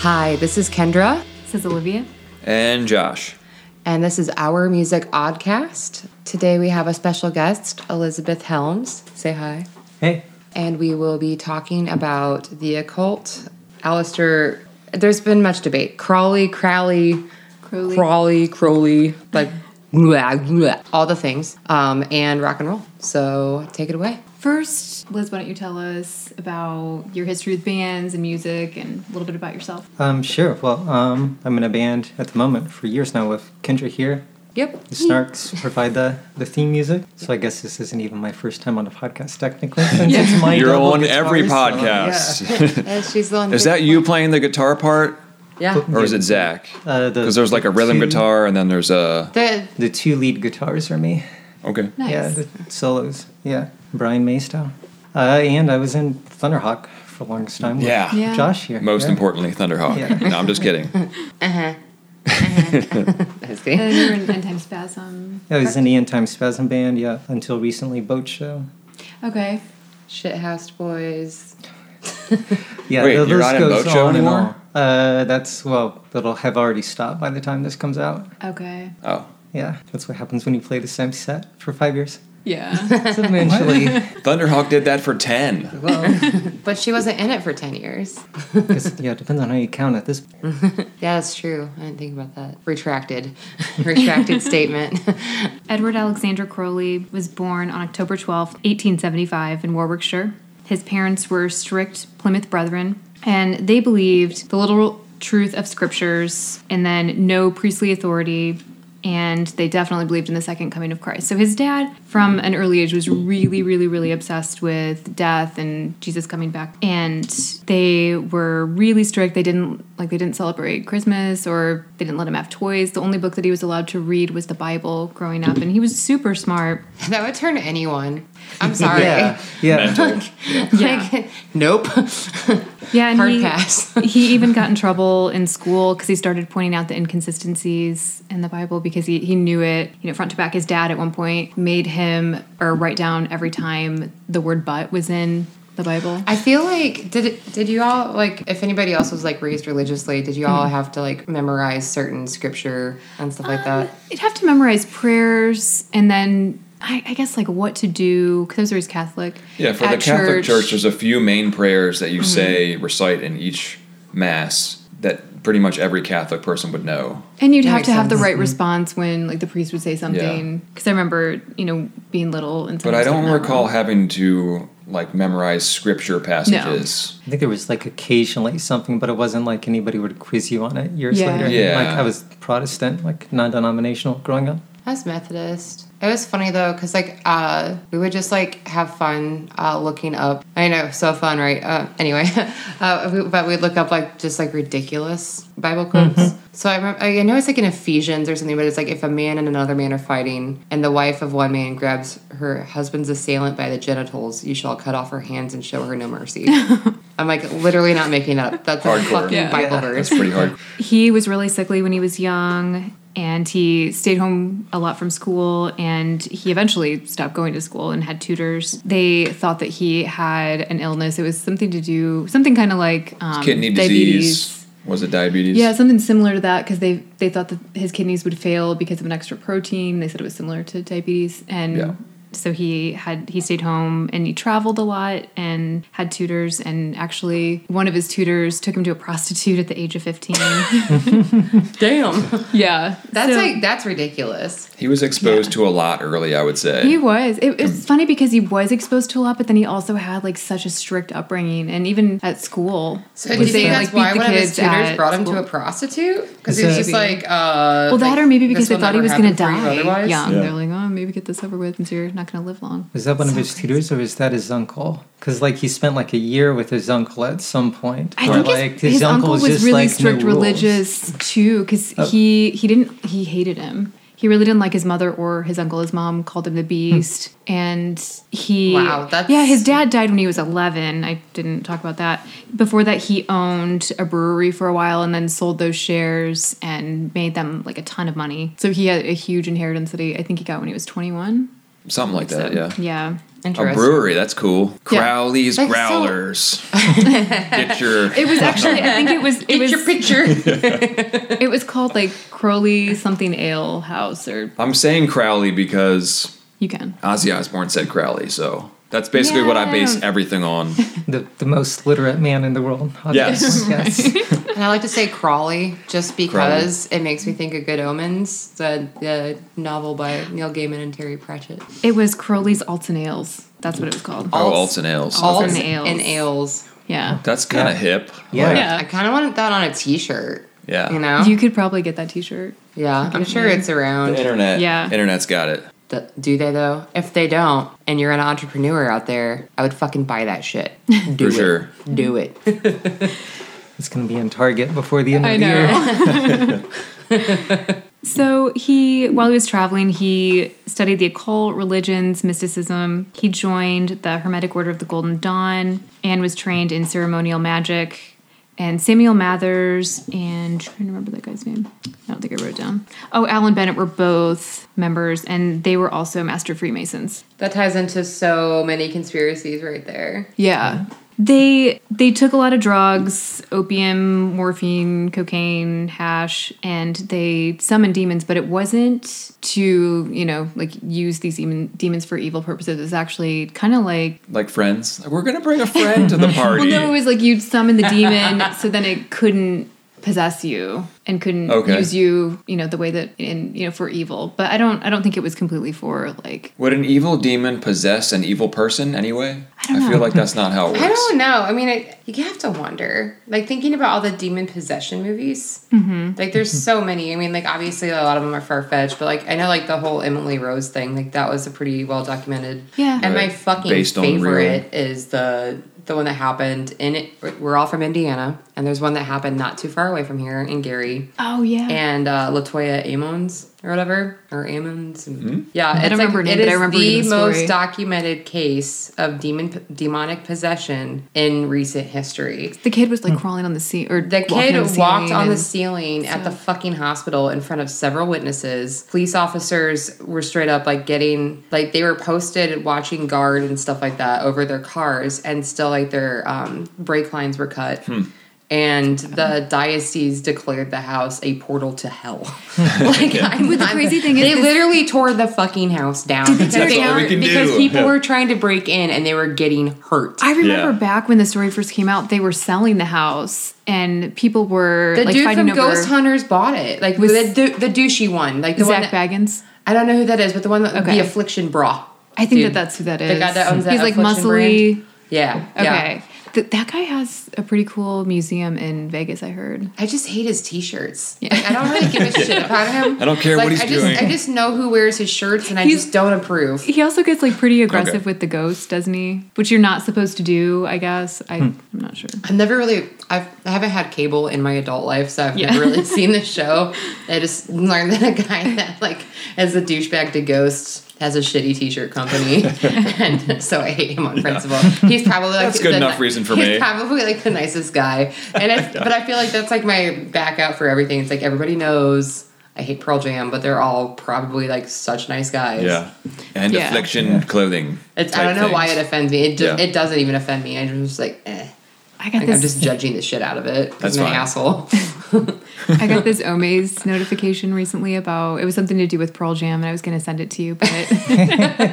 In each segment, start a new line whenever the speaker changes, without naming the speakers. Hi, this is Kendra,
Says Olivia.
And Josh.
and this is Our Music Oddcast. Today we have a special guest, Elizabeth Helms. Say hi.
Hey.
And we will be talking about the occult. Alistair, there's been much debate. Crawley, Crowley,
Crowley.
Crawley, Crowley, like blah, blah, all the things, um, and rock and roll. So take it away.
First, Liz, why don't you tell us about your history with bands and music and a little bit about yourself?
Um, sure. Well, um, I'm in a band at the moment for years now with Kendra here.
Yep.
The Snarks provide the, the theme music. So I guess this isn't even my first time on a podcast technically. Since it's my
You're
double
on every
guitar solo.
podcast.
Uh, She's the one
Is that you playing the guitar part?
Yeah.
Or is it Zach?
Uh, the-
Because there's like a rhythm
two-
guitar and then there's a.
The,
Yeah. The two lead guitars are me.
Okay.
Nice.
Yeah, the solos. Yeah. Brian Maystow. Uh, and I was in Thunderhawk for the longest time. with
Yeah.
Yeah.
Josh here.
Most
yeah.
importantly, Thunderhawk.
Yeah.
No, I'm just kidding.
I was kidding.
And you were in End Time Spasm.
I was in the End Time Spasm Band, yeah, until recently, Boat Show.
Okay.
Shithouse Boys.
Yeah,
Wait,
the
you're
list
not in
goes
Boat Show
on and
anymore?
on. Uh, that's well, that'll have already stopped by the time this comes out.
Okay.
Oh.
Yeah, that's what happens when you play the same set for five years.
Yeah.
It's eventually,
Thunderhawk did that for 10.
well,
But she wasn't in it for 10 years.
'cause, yeah, it depends on how you count it. This
Yeah, that's true. I didn't think about that. Retracted. Retracted statement.
Edward Alexander Crowley was born on October twelfth, 1875, in Warwickshire. His parents were strict Plymouth Brethren, and they believed the literal truth of scriptures and then no priestly authority. And they definitely believed in the second coming of Christ. So his dad, from an early age, was really, really, really obsessed with death and Jesus coming back. And they were really strict. They didn't like they didn't celebrate Christmas or they didn't let him have toys. The only book that he was allowed to read was the Bible growing up, and he was super smart.
that would turn anyone. I'm sorry.
yeah, yeah,
Like, nope.
Yeah, and
Hard
he,
pass.
he even got in trouble in school because he started pointing out the inconsistencies in the Bible because he, he knew it, you know, front to back. His dad at one point made him or write down every time the word but was in the Bible.
I feel like did it, did you all like if anybody else was like raised religiously, did you all
Hmm.
have to like memorize certain scripture and stuff
Um,
like that?
You'd have to memorize prayers and then I, I guess like what to do because I was raised Catholic.
Yeah, for the
At
Catholic Church, there's a few main prayers that you
Mm-hmm.
say, recite in each Mass that pretty much every Catholic person would know.
And you'd have
makes
to have the
sense. Mm-hmm.
right response when like the priest would say something. Because I remember, you know, being little and
But I
sometimes
don't
getting that
recall
wrong.
having to like memorize scripture passages.
I think there was like occasionally something, but it wasn't like anybody would quiz you on it years
Yeah.
later.
Yeah.
like I was Protestant, like non-denominational growing up.
I was Methodist. It was funny though, cause like uh, we would just like have fun uh, looking up. I know, so fun, right? Uh, anyway, uh, we, but we'd look up like just like ridiculous Bible quotes. So I remember, I know it's like in Ephesians or something, but it's like if a man and another man are fighting, and the wife of one man grabs her husband's assailant by the genitals, you shall cut off her hands and show her no mercy. I'm like literally not making up. That's a
Hardcore.
fucking
Yeah.
Bible
Yeah.
verse.
That's pretty hard.
he was really sickly when he was young and he stayed home a lot from school and he eventually stopped going to school and had tutors they thought that he had an illness it was something to do something kind of like um,
Kidney
diabetes
disease. Was it diabetes?
yeah something similar to that because they they thought that his kidneys would fail because of an extra protein they said it was similar to diabetes and
Yeah.
so he had he stayed home and he traveled a lot and had tutors and actually one of his tutors took him to a prostitute at the age of 15
Damn,
yeah
that's
So-
like that's ridiculous.
He was exposed to a lot early, I would say.
He was. It, it's funny because he was exposed to a lot, but then he also had like such a strict upbringing, and even at school.
So do you think that's why one of his tutors brought him to a prostitute? Because he was
So-
just like, uh,
well, that
like,
or maybe because
this
they
will
thought he
never
was going to
happen for you
die
Otherwise,
young.
Yeah.
They're like, oh, maybe get this over with, since you're not going to live long.
Was that one of his tutors, or was that his uncle? Because like he spent like a year with his uncle at some point.
I
or,
think
like,
his, his, uncle was, really
like, no
strict
rules.
religious too, because he he didn't he hated him. He really didn't like his mother or his uncle. His mom called him the beast, and he
Wow, that's-
yeah. His dad died when he was eleven. I didn't talk about that. Before that, he owned a brewery for a while, and then sold those shares and made them like a ton of money. So he had a huge inheritance that he I think he got when he was twenty one.
something like that.
So,
yeah.
Yeah.
A
Interesting.
brewery, that's cool.
Yeah.
Crowley's
That's so-
Growlers. Get your
It was actually, I think it was, it was,
picture.
it was called like Crowley something ale house or
I'm saying Crowley because
you can.
Ozzy Osbourne said Crowley, so that's basically what I base
Yeah.
everything on.
The, the most literate man in the world.
Yes.
yes.
and I like to say Crawley just because it makes me think of Good Omens, the, the novel by Neil Gaiman and Terry Pratchett.
It was Crowley's Alts and Ales. That's what it was called.
Oh,
Alts.
alts and ales.
Alts.
Okay.
Alts
ales.
and ales.
Yeah.
That's kind of
Yeah.
hip.
Yeah.
Like,
Yeah.
I kind of wanted that on a T-shirt.
Yeah.
You know.
You could probably get that t shirt.
yeah, I'm sure it's
The
around.
internet.
Yeah.
Internet's got it.
Th- Do they though? If they don't, and you're an entrepreneur out there, I would fucking buy that shit. Do
For
it.
sure.
Do it.
It's going to be in Target before the end
I
of the year.
know. so he, while he was traveling, he studied the occult, religions, mysticism. He joined the Hermetic Order of the Golden Dawn and was trained in ceremonial magic. And Samuel Mathers and trying to remember that guy's name. I don't think I wrote it down. Oh, Alan Bennett were both members, and they were also Master Freemasons.
That ties into so many conspiracies right there.
Yeah. They they took a lot of drugs, opium, morphine, cocaine, hash, and they summoned demons, but it wasn't to, you know, like use these demon, demons for evil purposes. It's actually kind of like
Like friends. Like, we're gonna bring a friend to the party.
no, it was like you'd summon the demon so then it couldn't possess you and couldn't
Okay.
use you, you know, the way that in you know for evil. But I don't I don't think it was completely for like
Would an evil demon possess an evil person anyway? I,
don't know.
feel like that's not how it works.
I don't know. I mean, I, you have to wonder. Like thinking about all the demon possession movies.
Mm-hmm.
Like there's so many. I mean, like obviously a lot of them are far fetched, but like I know like the whole Emily Rose thing. Like that was a pretty well documented.
Yeah.
And my
Right.
fucking
Based on real-
favorite is the the one that happened in it. We're all from Indiana, and there's one that happened not too far away from here in Gary.
Oh yeah.
and uh, Latoya Amons or whatever or Amons. Yeah, it's
don't
like-
remember her name,
it
but Hmm? I
is
remember
the,
reading the story.
most documented case of demon demonic possession in recent history.
the kid was like crawling on the sea or
The
walking
kid
on the
walked
ceiling
on the
and-
ceiling at the fucking hospital in front of several witnesses. Police officers were straight up like getting like they were posted and watching guard and stuff like that over their cars, and still like their um, brake lines were cut.
Hmm.
And the diocese declared the house a portal to hell. like, I'm,
But the
I'm-
crazy thing is
they
this-
literally tore the fucking house down because,
tear it
they
down?
were-
We
can
because
do.
people
Yeah.
were trying to break in and they were getting hurt.
I remember
Yeah.
back when the story first came out, they were selling the house and people were
the
like
dude
fighting
from
over
Ghost Hunters bought it, like the, the the douchey one, like the one
Zach
that-
Baggins.
I don't know who that is, but the one that
Okay.
the affliction bra.
I think
Dude,
that that's who that is.
The guy that owns that
He's like
Affliction
muscly.
brand. Yeah. yeah.
Okay. Th- that guy has a pretty cool museum in Vegas, I heard.
I just hate his t-shirts. Like, I don't really give a shit about him.
I don't care what
Like,
he's
I just,
doing.
I just know who wears his shirts, and I
He's-
just don't approve.
He also gets like pretty aggressive
Okay.
with the ghost, doesn't he? Which you're not supposed to do, I guess. I,
Hmm.
I'm not sure.
I've never really, I've, I haven't had cable in my adult life, so I've
Yeah.
never really seen the show. I just learned that a guy that like as a douchebag to ghosts has a shitty t-shirt company, and so I hate him on principle. He's probably like
That's good
the-
enough reason for
he's
me.
Probably like the nicest guy, and I, but I feel like that's like my back out for everything. It's like everybody knows. I hate Pearl Jam, but they're all probably like such nice guys.
Yeah. And
Yeah.
affliction clothing.
It's, I
type
don't know why it
things.
offends me. It, do,
Yeah.
it doesn't even offend me. I'm just like, eh.
I got
Like,
this
I'm just judging the shit out of it. 'cause
That's
I'm an
fine.
asshole.
I got this Omaze notification recently about it was something to do with Pearl Jam, and I was going to send it to you, but but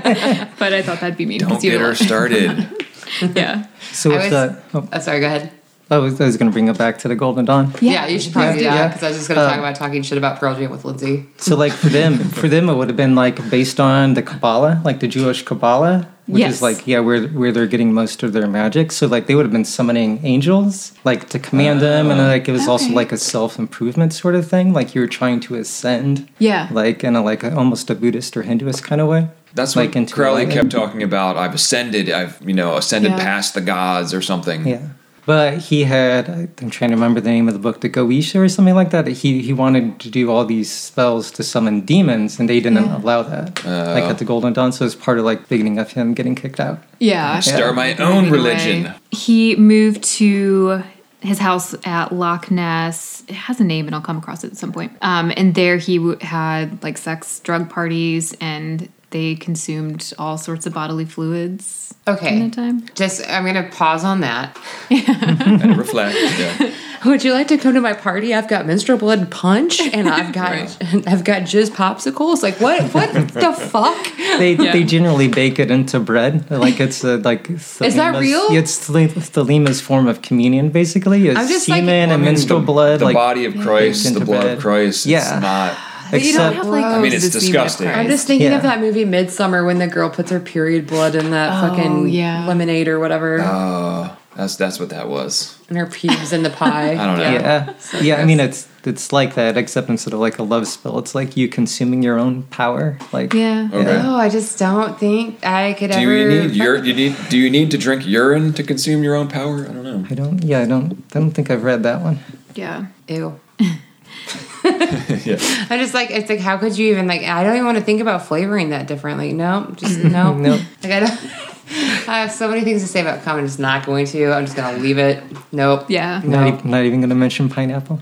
I thought that'd be mean.
Don't
'cause you
get her started.
Yeah,
So
I was-
if the, oh,
Oh, sorry, go ahead.
I was, I was going to bring it back to the Golden Dawn.
Yeah, Uh, you should probably do
Yeah,
that
yeah.
because I was just going to talk
Um,
about talking shit about Pearl Jam with Lindsay.
So like for them, for them it would have been like based on the Kabbalah, like the Jewish Kabbalah, which
Yes.
is like yeah, where where they're getting most of their magic. So like they would have been summoning angels, like to command them, and like it was also
Okay.
like a self improvement sort of thing. Like you were trying to ascend,
Yeah.
like in a like a, almost a Buddhist or Hinduist kind of way.
That's
like
what Crowley
like-
kept talking about. I've ascended. I've you know ascended
Yeah.
past the gods or something.
Yeah. But he had, I'm trying to remember the name of the book, the Goetia or something like that. He he wanted to do all these spells to summon demons, and they didn't
Yeah.
allow that. like at the Golden Dawn, so it's part of like beginning of him getting kicked out.
yeah.
Start my
Moving
own
away.
religion.
He moved to his house at Loch Ness. It has a name, and I'll come across it at some point. Um, and there he w- had like sex, drug parties, and they consumed all sorts of bodily fluids
Okay.
in that time.
Just, I'm going to pause on that.
and reflect. Yeah.
Would you like to come to my party? I've got menstrual blood punch, and I've got I've got jizz popsicles. Like what? What the fuck?
They they generally bake it into bread, like it's a, like is
that real?
It's Thel- Thelima's form of communion, basically. It's
I'm just like-
semen
I
and
mean,
menstrual
the,
blood,
the
like
body of Christ,
baked
the
into
blood
bread.
of Christ.
Yeah.
It's not.
But you don't
except
have like
I
loaves
mean, it's
of semen of
disgusting.
Christ.
I'm just thinking
Yeah.
of that movie Midsummer when the girl puts her period blood in that
Oh,
fucking
yeah.
lemonade or whatever,
Oh. uh, That's that's what that was.
and her pubes in the pie.
I don't know.
yeah, yeah. I mean, it's it's like that, except instead of like a love spell, it's like you consuming your own power. Like
Yeah.
Okay.
No, Oh, I just don't think I could
Do
ever.
you need your? You need? Do you need to drink urine to consume your own power? I don't know.
I don't. Yeah, I don't. I don't think I've read that one.
Yeah.
Ew.
Yeah.
I just like it's like how could you even like I don't even want to think about flavoring that differently. No, just no,
Nope.
Like I don't. I have so many things to say about cum. I'm just not going to. I'm just gonna leave it. Nope.
Yeah.
Not, e-
No.
even, not even going to mention pineapple.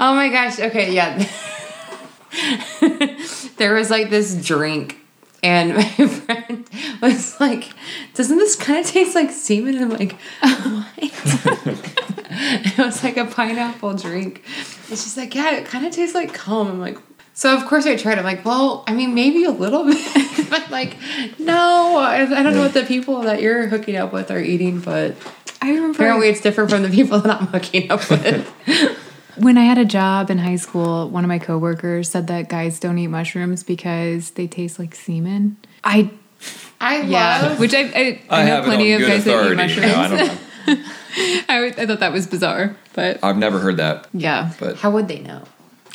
Oh my gosh. Okay. Yeah. there was like this drink, and my friend was like, "Doesn't this kind of taste like semen?" And I'm like, "What?" it was like a pineapple drink, and she's like, "Yeah, it kind of tastes like cum." I'm like. So of course I tried. it. I'm like, well, I mean, maybe a little bit, but like, no, I, I don't know what the people that you're hooking up with are eating, but
I remember
apparently it's different from the people that I'm hooking up with.
when I had a job in high school, one of my coworkers said that guys don't eat mushrooms because they taste like semen. I
I
yeah,
love
which I I, I,
I
know
have
plenty
it on
of
good
guys that eat
authority.
mushrooms.
No, I don't know.
I, would- I thought that was bizarre, but
I've never heard that.
yeah,
But
How would they know?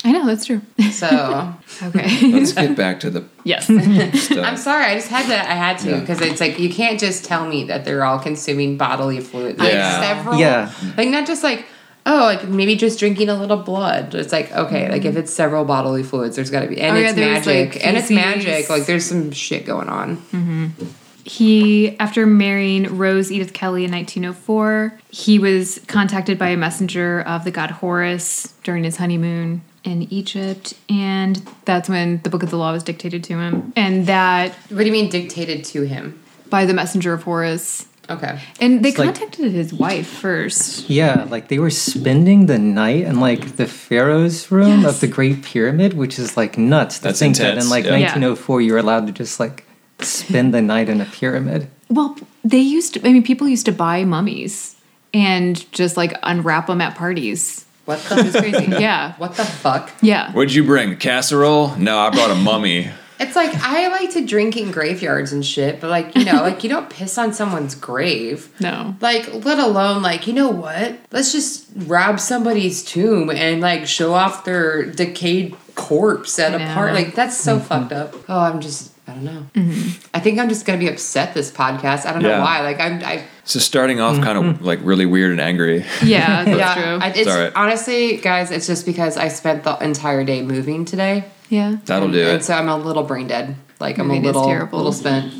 I know that's true.
So
okay,
let's get back to the
yes,
stuff.
I'm sorry, I just had to. I had to
Yeah.
because it's like you can't just tell me that they're all consuming bodily fluids. Like
Yeah.
several.
Yeah.
Like not just like oh like maybe just drinking a little blood. It's like okay like if it's several bodily fluids, there's got to be and
Oh, yeah,
it's
there's, like,
magic and it's
feces.
magic. Like there's some shit going on.
he after marrying Rose Edith Kelly in 1904, he was contacted by a messenger of the god Horus during his honeymoon in Egypt, and that's when the Book of the Law was dictated to him, and that
What do you mean dictated to him?
by the messenger of Horus.
Okay.
And they
like-
contacted his wife first.
Yeah, like they were spending the night in like the pharaoh's room
Yes.
of the Great Pyramid, which is like nuts to
That's
think that
intense,
in like
yeah.
Yeah.
1904 you were allowed to just like spend the night in a pyramid.
Well, they used I mean people used to buy mummies and just like unwrap them at parties.
What the
Crazy. yeah.
what the fuck?
Yeah.
What'd you bring? Casserole? No, I brought a mummy.
It's like I like to drink in graveyards and shit, but like you know, like you don't piss on someone's grave.
No.
Like, let alone, like, you know what? Let's just rob somebody's tomb and, like, show off their decayed corpse at
I
a party.
know.
Like, that's so fucked up. Oh, I'm just, I don't know.
Mm-hmm.
I think I'm just going to be upset this podcast. I don't know
Yeah.
why. Like, I'm, I,
So starting off kind of like really weird and angry.
Yeah, that's
yeah,
true.
I, it's
It's all right.
honestly, guys, it's just because I spent the entire day moving today.
yeah.
That'll do
And
it.
so I'm a little brain dead. Like, I'm a
Moving is
little,
terrible.
little spent.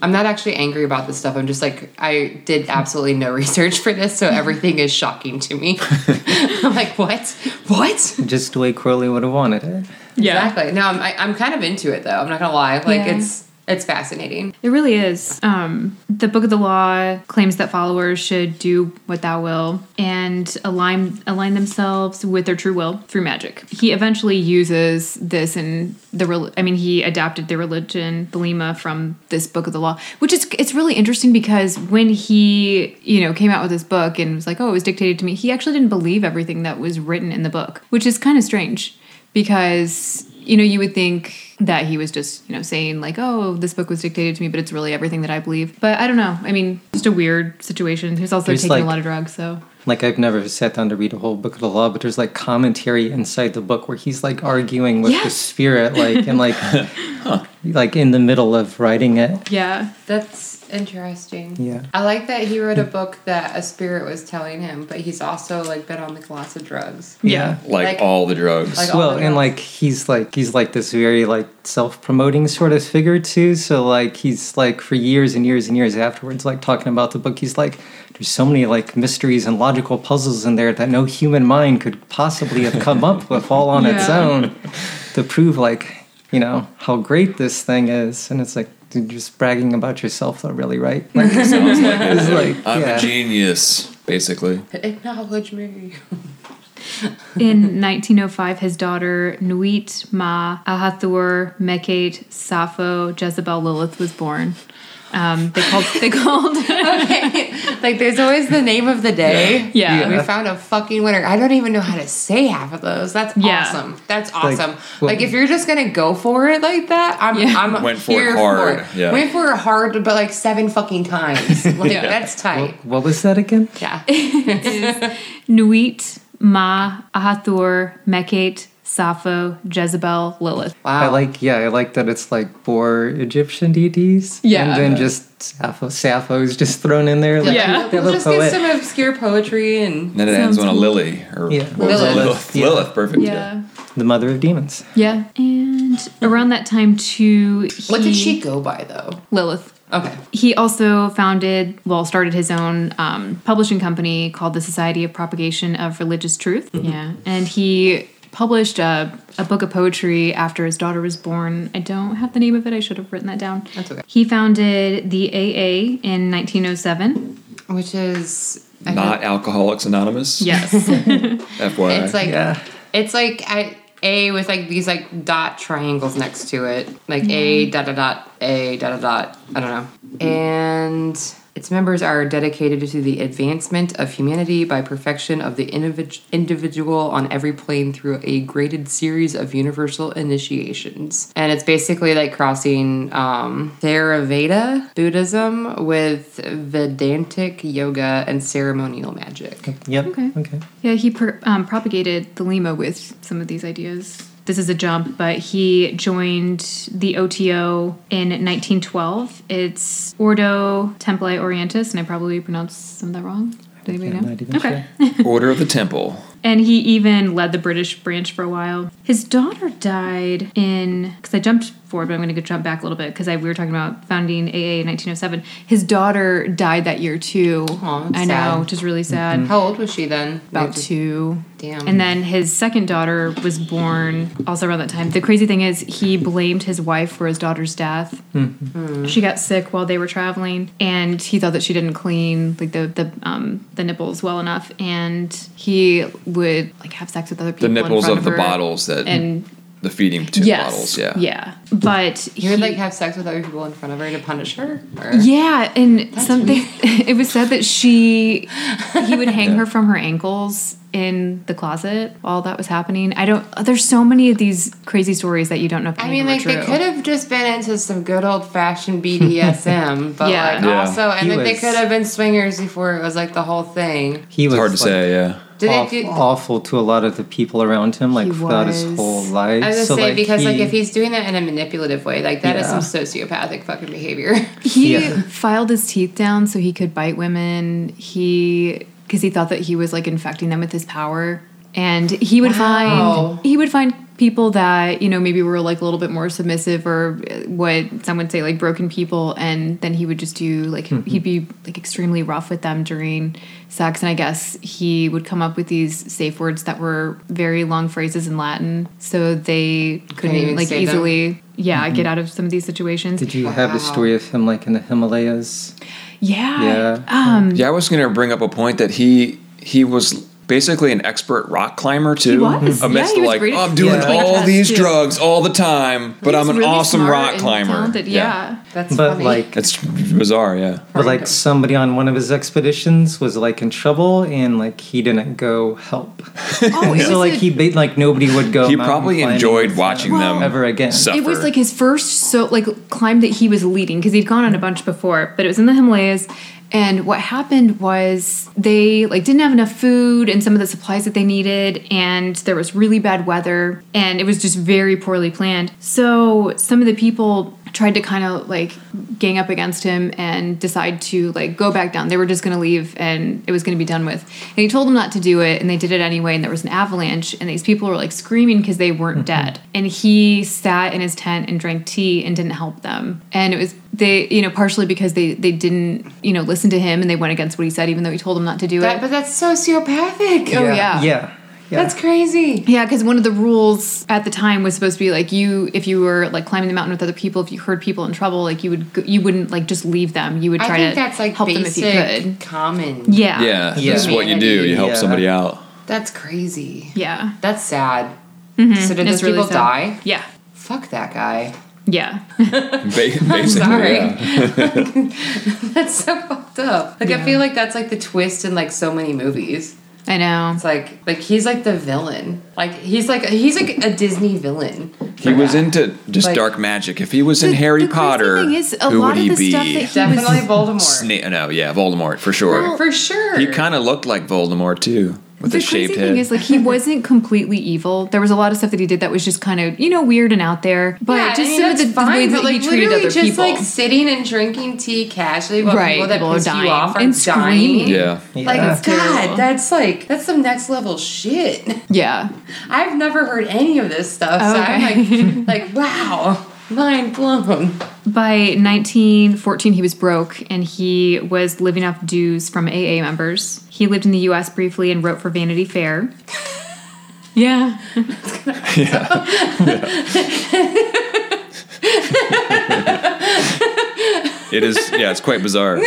I'm not actually angry about this stuff. I'm just like, I did absolutely no research for this, so everything is shocking to me. I'm like, what? What?
Just the way Crowley would have wanted it.
Exactly. No, I'm, I, I'm kind of into it though. I'm not gonna lie. Like,
Yeah.
it's it's fascinating.
It really is. Um, the Book of the Law claims that followers should do what thou will and align align themselves with their true will through magic. He eventually uses this in the rel- I mean he adapted the religion Thelema from this Book of the Law, which is it's really interesting because when he you know came out with this book and was like oh it was dictated to me, he actually didn't believe everything that was written in the book, which is kind of strange because you know you would think that he was just you know saying like oh this book was dictated to me but it's really everything that i believe but i don't know i mean just a weird situation he was also
There's,
taking
like-
a lot of drugs so
Like I've never sat down to read a whole book of the law, but there's like commentary inside the book where he's like arguing with the
Yes.
spirit, like and like like in the middle of writing it.
yeah
That's interesting.
Yeah.
I like that he wrote a book that a spirit was telling him, but he's also like been on like lots of drugs.
yeah
Like,
Like-
all the drugs.
Like all
well
the
and
girls.
like he's like he's like this very like self-promoting sort of figure too so like he's like for years and years and years afterwards like talking about the book he's like there's so many like mysteries and logical puzzles in there that no human mind could possibly have come up with all on its
Yeah.
own to prove like you know, how great this thing is. And it's like, dude, you're just bragging about yourself, though, really, right? Like,
Sounds like it.
it's like,
I'm
yeah.
a genius, basically.
Acknowledge me.
In 1905, his daughter Nuit Ma Ahathor Mekate Sappho Jezebel Lilith was born. Um, they called. They called.
like there's always the name of the day.
Yeah. Yeah.
We found a fucking winner. I don't even know how to say half of those. That's
Yeah.
awesome. That's awesome. Like,
well-
if you're just gonna go for it like that, I'm
Yeah.
I'm
Went for it
here
hard.
For it.
Yeah.
Went for it hard but like seven fucking times. Like that's tight.
what was that again?
yeah.
Nuit Ma Ahathor Mekate Sappho Jezebel Lilith.
Wow.
I like, yeah, I like that it's like four Egyptian deities.
Yeah.
And then just Sappho, Sappho's just thrown in there. Like,
Yeah.
they have
We'll
a
just
poet.
get some obscure poetry and
And then it ends
Sounds
on a
cool.
lily or
Yeah.
what was it?
Lilith.
Lilith.
Yeah.
Lilith, perfect.
Yeah.
the mother of demons.
Yeah. And around that time, too.
what
he-
did she go by though?
Lilith.
Okay.
He also founded, well, started his own um, publishing company called the Society of Propagation of Religious Truth.
Mm-hmm.
Yeah. And he published a, a book of poetry after his daughter was born. I don't have the name of it. I should have written that down.
That's okay.
He founded the AA in 1907.
Which is I
Not Alcoholics Anonymous.
Yes.
FYI.
It's like
Yeah.
it's like I, a with like these like dot triangles next to it, like a dot dot dot a dot dot dot. I don't know. And its members are dedicated to the advancement of humanity by perfection of the individ- individual on every plane through a graded series of universal initiations. And it's basically like crossing um, Theravada Buddhism with Vedantic yoga and ceremonial magic.
Yep.
Okay.
Okay.
Yeah, he pro- um, propagated the Lima with some of these ideas. This is a jump, but he joined the OTO in 1912. It's Ordo Templi Orientis, and I probably pronounced some of that wrong. Did anybody
Yeah,
know?
not even
okay.
sure.
Order of the Temple.
And he even led the British branch for a while. His daughter died in because I jumped forward, but I'm going to jump back a little bit because we were talking about founding AA in 1907. His daughter died that year too.
Aw, that's
I know,
sad.
which is really sad
Mm-hmm.
How old was she then?
about two.
Damn.
And then his second daughter was born also around that time. The crazy thing is, he blamed his wife for his daughter's death.
Hmm.
Hmm.
She got sick while they were traveling, and he thought that she didn't clean like the the um, the nipples well enough, and he would like have sex with other people.
The
in
nipples
front
of the
her.
bottles that
and.
the feeding tube
yes.
bottles. Yeah.
Yeah. But
You would
he-
like have sex with other people in front of her to punish her? Or?
Yeah, and something it was said that she he would hang her from her ankles in the closet while that was happening. I don't there's so many of these crazy stories that you don't know if
I
any
mean, like
of them are
they
true.
could have just been into some good old fashioned BDSM, but
Yeah.
like
Yeah.
also, and
He
like they
was-
could have been swingers before it was like the whole thing.
He
It's
was
hard to
like,
say, yeah.
Did
awful,
they do?
awful to a lot of the people around him, like
He
throughout his
was.
whole life.
I was gonna
so,
say
like,
because
he,
like if he's doing that in a manipulative way, like that is
Yeah.
some sociopathic fucking behavior.
He
Yeah.
filed his teeth down so he could bite women. He because he thought that he was like infecting them with his power, and he would
Wow.
find he would find people that you know maybe were like a little bit more submissive or uh, what some would say like broken people, and then he would just do like
Hmm.
he'd be like extremely rough with them during sex, and I guess he would come up with these safe words that were very long phrases in Latin, so they couldn't
even
like
say them.
easily. Yeah, get out of some of these situations.
Mm-hmm. did you have
Wow.
the story of him like in the Himalayas?
Yeah.
Yeah.
Um,
Yeah, I was going to bring up a point that he he was basically an expert rock climber too.
was.
Amidst
Yeah, he was
like
great at
I'm doing
Yeah.
all
that
these
too.
drugs all the time, but I'm
He's
an
really
awesome
smart
rock
and
climber.
talented, Yeah.
That's
But
funny.
like,
It's bizarre, yeah.
but like somebody on one of his expeditions was like in trouble, and like he didn't go help.
Oh, it was,
so like
a-
he ba- like nobody would go.
He
mountain
probably
climbing
enjoyed
and
watching
stuff
them
ever again.
suffer.
it was like his first so like climb that he was leading because he'd gone on a bunch before, but it was in the Himalayas. And what happened was they like didn't have enough food and some of the supplies that they needed, and there was really bad weather, and it was just very poorly planned. So some of the people tried to kind of like gang up against him and decide to like go back down. They were just going to leave and it was going to be done with. And he told them not to do it and they did it anyway and there was an avalanche and these people were like screaming because they weren't dead. And he sat in his tent and drank tea and didn't help them. And it was they, you know, partially because they they didn't, you know, listen to him and they went against what he said even though he told them not to do
that,
it.
but that's sociopathic.
Oh, yeah.
Yeah. Yeah.
That's crazy.
Yeah, because one of the rules at the time was supposed to be like you, if you were like climbing the mountain with other people, if you heard people in trouble, like you would, go- you wouldn't like just leave them. You would
I
try
think
to
that's like
help
basic,
them if you could.
common.
Yeah.
Yeah,
Yeah.
that's what you do. You help
Yeah.
somebody out.
That's crazy.
Yeah.
That's sad. So did those
It's really
people
sad.
die?
Yeah.
Fuck that guy.
Yeah.
Ba- basically,
sorry.
yeah.
That's so fucked up. Like I feel like that's like the twist in like so many movies.
I know.
It's like like he's like the villain. Like he's like he's like a Disney villain.
He was into just
Like-
dark magic. If he was in
The-
Harry
the crazy
Potter,
thing is, a
who
lot
would
of
he
the
be?
stuff that he-
Definitely Voldemort.
Sna- no, yeah, Voldemort for sure.
For sure.
he kind of looked like Voldemort too, with
the
his
crazy
shaved head.
thing is, like, he wasn't completely evil. There was a lot of stuff that he did that was just kind of, you know, weird and out there. But
yeah,
just
I mean,
some of
that's
the, the
fine,
ways
but,
that
like,
he treated
literally
other
just
people.
like sitting and drinking tea casually while
Right,
people that
people are
piss
dying
you off are
and
dying.
screaming.
yeah,
Like
Yeah.
God,
Terrible.
that's like that's some next level shit.
yeah.
I've never heard any of this stuff, so
Okay.
I'm like, like wow, mind blown.
By 1914, he was broke and he was living off dues from AA members. He lived in the US briefly and wrote for Vanity Fair. yeah.
it is. Yeah, it's quite bizarre.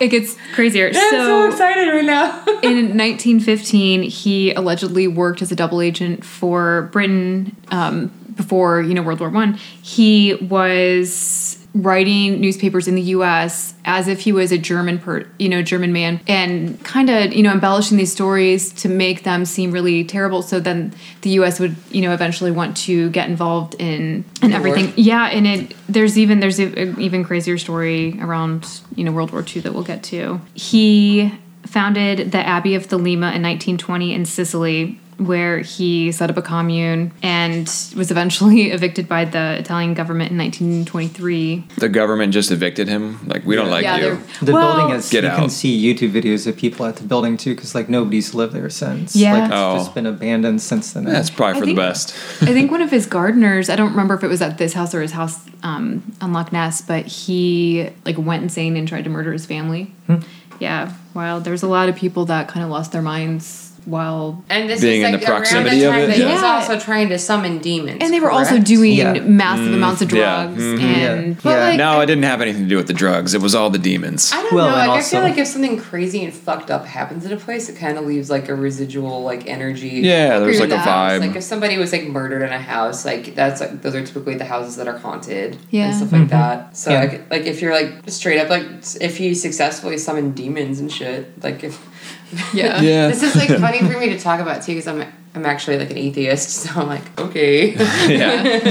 It gets crazier.
I'm so
so,
excited right now.
in 1915, he allegedly worked as a double agent for Britain um, before, you know, World War One. He was writing newspapers in the U.S. as if he was a German, per, you know, German man, and kind of, you know, embellishing these stories to make them seem really terrible. So then the U.S. would, you know, eventually want to get involved in in
War.
everything. Yeah, and it there's even there's a, an even crazier story around you know World War II that we'll get to. He founded the Abbey of Thelema in 1920 in Sicily, where he set up a commune and was eventually evicted by the Italian government in 1923.
The government just evicted him. Like we don't like
yeah,
you.
they're-
The
well,
building is.
Get
you can
out.
see YouTube videos of people at the building too, because like nobody's lived there since.
Yeah.
like it's
Oh.
just been abandoned since then.
That's probably
I
for
think-
the best.
I think one of his gardeners, I don't remember if it was at this house or his house um, on Loch Ness, but he like went insane and tried to murder his family.
Hmm.
Yeah, wild. There's a lot of people that kind of lost their minds while
And this
Being
is
in
like
the
around
proximity
the
of
time
it,
that
yeah.
he was
Yeah.
also trying to summon demons.
and they were also
correct? Mm. Mm-hmm.
doing
Yeah.
massive amounts of
yeah.
drugs and
But,
Yeah.
like,
No, it didn't have anything to do with the drugs. It was all the demons.
I don't
Well,
know.
and
Like, I
also-
feel like if something crazy and fucked up happens in a place, it kind of leaves like a residual like energy.
Yeah, there's
agree
like a
with that.
vibe.
Like if somebody was like murdered in a house, like that's like those are typically the houses that are haunted
Yeah.
and stuff
Mm-hmm.
like that. So
Yeah.
like, like if you're like straight up like s- if he successfully summoned demons and shit, like if
yeah.
yeah.
this is like funny for me to talk about too because I'm I'm actually like an atheist, so I'm like okay,
yeah.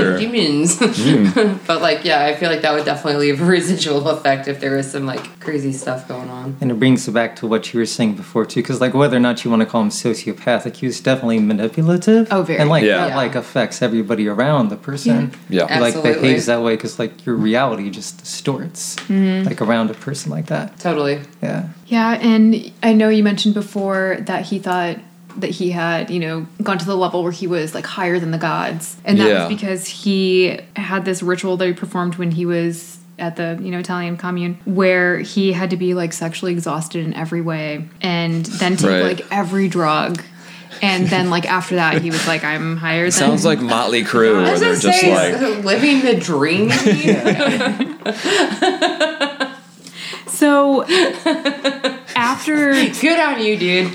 Mm.
demons. but like yeah, I feel like that would definitely leave a residual effect if there was some like crazy stuff going on.
And it brings it back to what you were saying before too, because like whether or not you want to call him sociopathic, he was definitely manipulative.
Oh, very.
And like
Yeah.
that
Yeah.
like affects everybody around the person.
Yeah.
Who, like
Absolutely.
behaves that way because like your reality just distorts
Mm-hmm.
like around a person like that.
Totally.
Yeah.
Yeah, and I know you mentioned before that he thought that he had, you know, gone to the level where he was like higher than the gods. And that
Yeah.
was because he had this ritual that he performed when he was at the, you know, Italian commune where he had to be like sexually exhausted in every way and then take
Right.
like every drug. And then like after that he was like I'm higher than
Sounds like Motley Crue,
I
where
was
they're
gonna
just
say,
like,
is living the dream.
So after
Good on you, dude.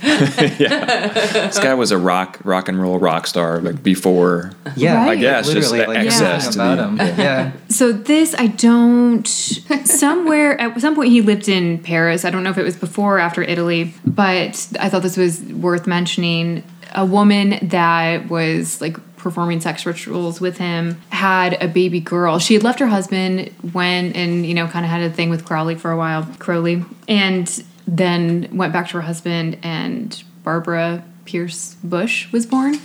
this guy was a rock, rock and roll rock star, like before.
Yeah.
Right. I
guess, just
literally
the
like there's
excess
something
to
about him.
the-
Yeah.
So this, I don't. Somewhere at some point, he lived in Paris. I don't know if it was before or after Italy, but I thought this was worth mentioning. A woman that was like performing sex rituals with him had a baby girl. She had left her husband, went and you know kind of had a thing with Crowley for a while, Crowley, and then went back to her husband. And Barbara Pierce Bush was born.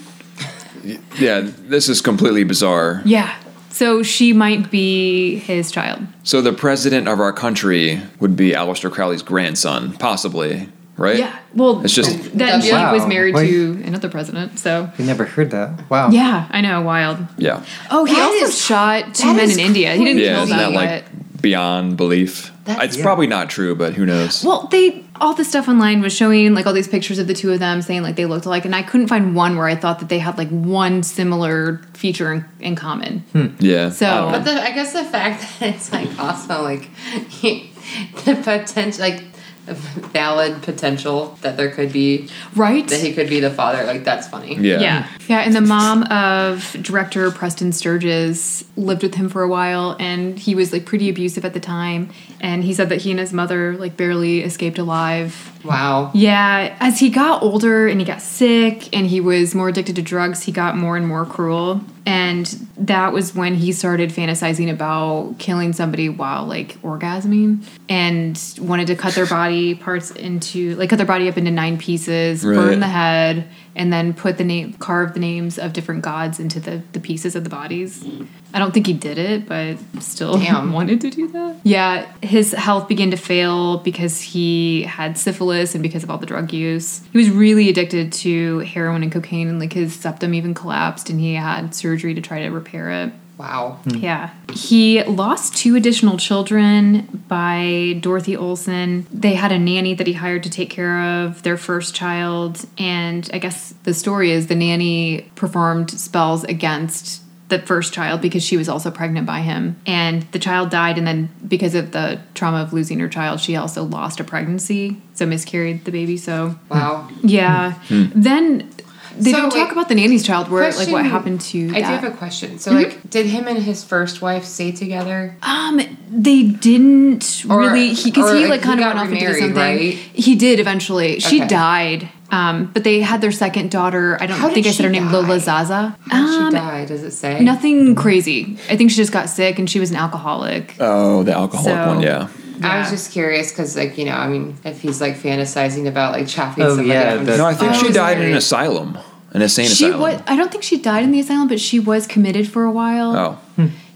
Yeah, this is completely bizarre.
Yeah. So she might be his child.
So the president of our country would be Aleister Crowley's grandson, possibly, right?
Yeah. Well,
It's just-
that she
Wow.
was married
Wait.
to another president. So
We never heard that. Wow.
yeah, I know, wild.
Yeah.
Oh, he
That
also
is-
shot two
that
men
is
in India. He didn't
crazy.
Yeah,
kill
isn't that
them,
like
but
beyond belief.
That's-
it's probably not true, but who knows?
Well, they all the stuff online was showing like all these pictures of the two of them saying like they looked alike, and I couldn't find one where I thought that they had like one similar feature in, in common.
yeah.
So-
I don't know.
But the, I guess the fact that it's like also like the potential, like valid potential that there could be
Right?
that he could be the father. Like that's funny.
yeah.
yeah. Yeah, and the mom of director Preston Sturges lived with him for a while and he was like pretty abusive at the time and he said that he and his mother like barely escaped alive.
Wow.
Yeah, as he got older and he got sick and he was more addicted to drugs, he got more and more cruel. And that was when he started fantasizing about killing somebody while like orgasming and wanted to cut their body parts into like cut their body up into nine pieces, burn
Right.
the head, and then put the name carve the names of different gods into the, the pieces of the bodies. I don't think he did it, but still
Damn.
wanted to do that. Yeah, his health began to fail because he had syphilis and because of all the drug use. He was really addicted to heroin and cocaine, and like his septum even collapsed, and he had surgery to try to repair it.
Wow.
Yeah. He lost two additional children by Dorothy Olson. They had a nanny that he hired to take care of their first child. And I guess the story is the nanny performed spells against the first child because she was also pregnant by him. And the child died. And then because of the trauma of losing her child, she also lost a pregnancy. So miscarried the baby. So,
Wow.
yeah. Then. They
Hmm. So,
don't talk
wait.
about the nanny's child, where like what
Question-
happened to.
I do have
that.
a question. So
Mm-hmm.
like, did him and his first wife stay together?
Um, they didn't
Or-
really he because
or,
he
like,
like
he
kind of
got
went off and did
remarried,
something.
right?
He did eventually. She
Okay.
died. Um, but they had their second daughter. I don't
How did
think I
she
said her name,
die?
Lola Zaza.
How did
Um,
she die? Does it say?
nothing crazy. I think she just got sick and she was an alcoholic.
Oh, the alcoholic
So-
one. Yeah.
I was
Yeah.
just curious because, like, you know, I mean, if he's like fantasizing about like chopping
Oh,
somebody
yeah,
up, I'm
the-
just-
No, I think
Oh,
she
is
died in
there-
an asylum, an insane
She
asylum.
was. I don't think she died in the asylum, but she was committed for a while.
Oh,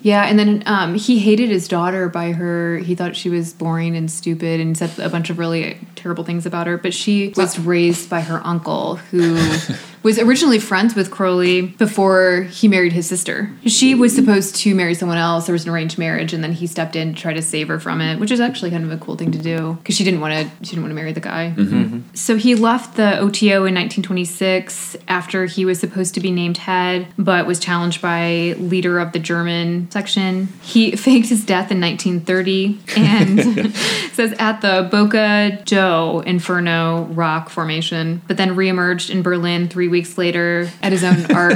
Yeah, and then um, he hated his daughter by her. He thought she was boring and stupid and said a bunch of really terrible things about her. But she was raised by her uncle, who was originally friends with Crowley before he married his sister. She was supposed to marry someone else. There was an arranged marriage, and then he stepped in to try to save her from it, which is actually kind of a cool thing to do because she didn't want to. She didn't want to marry the guy. So he left the OTO in 1926 after he was supposed to be named head, but was challenged by leader of the German section. He faked his death in 1930 and says at the Boca Joe Inferno rock formation, but then reemerged in Berlin three weeks later at his own art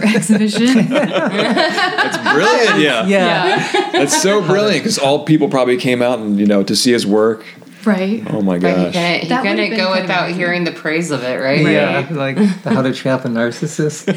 exhibition.
brilliant! Yeah,
Yeah.
Yeah,
that's so brilliant because all people probably came out and you know to see his work.
right.
Oh my
But he
gosh!
couldn't, he
That would've
couldn't
been
go
kinda
without
amazing.
hearing the praise of it, right?
Yeah, like how to trap a narcissist.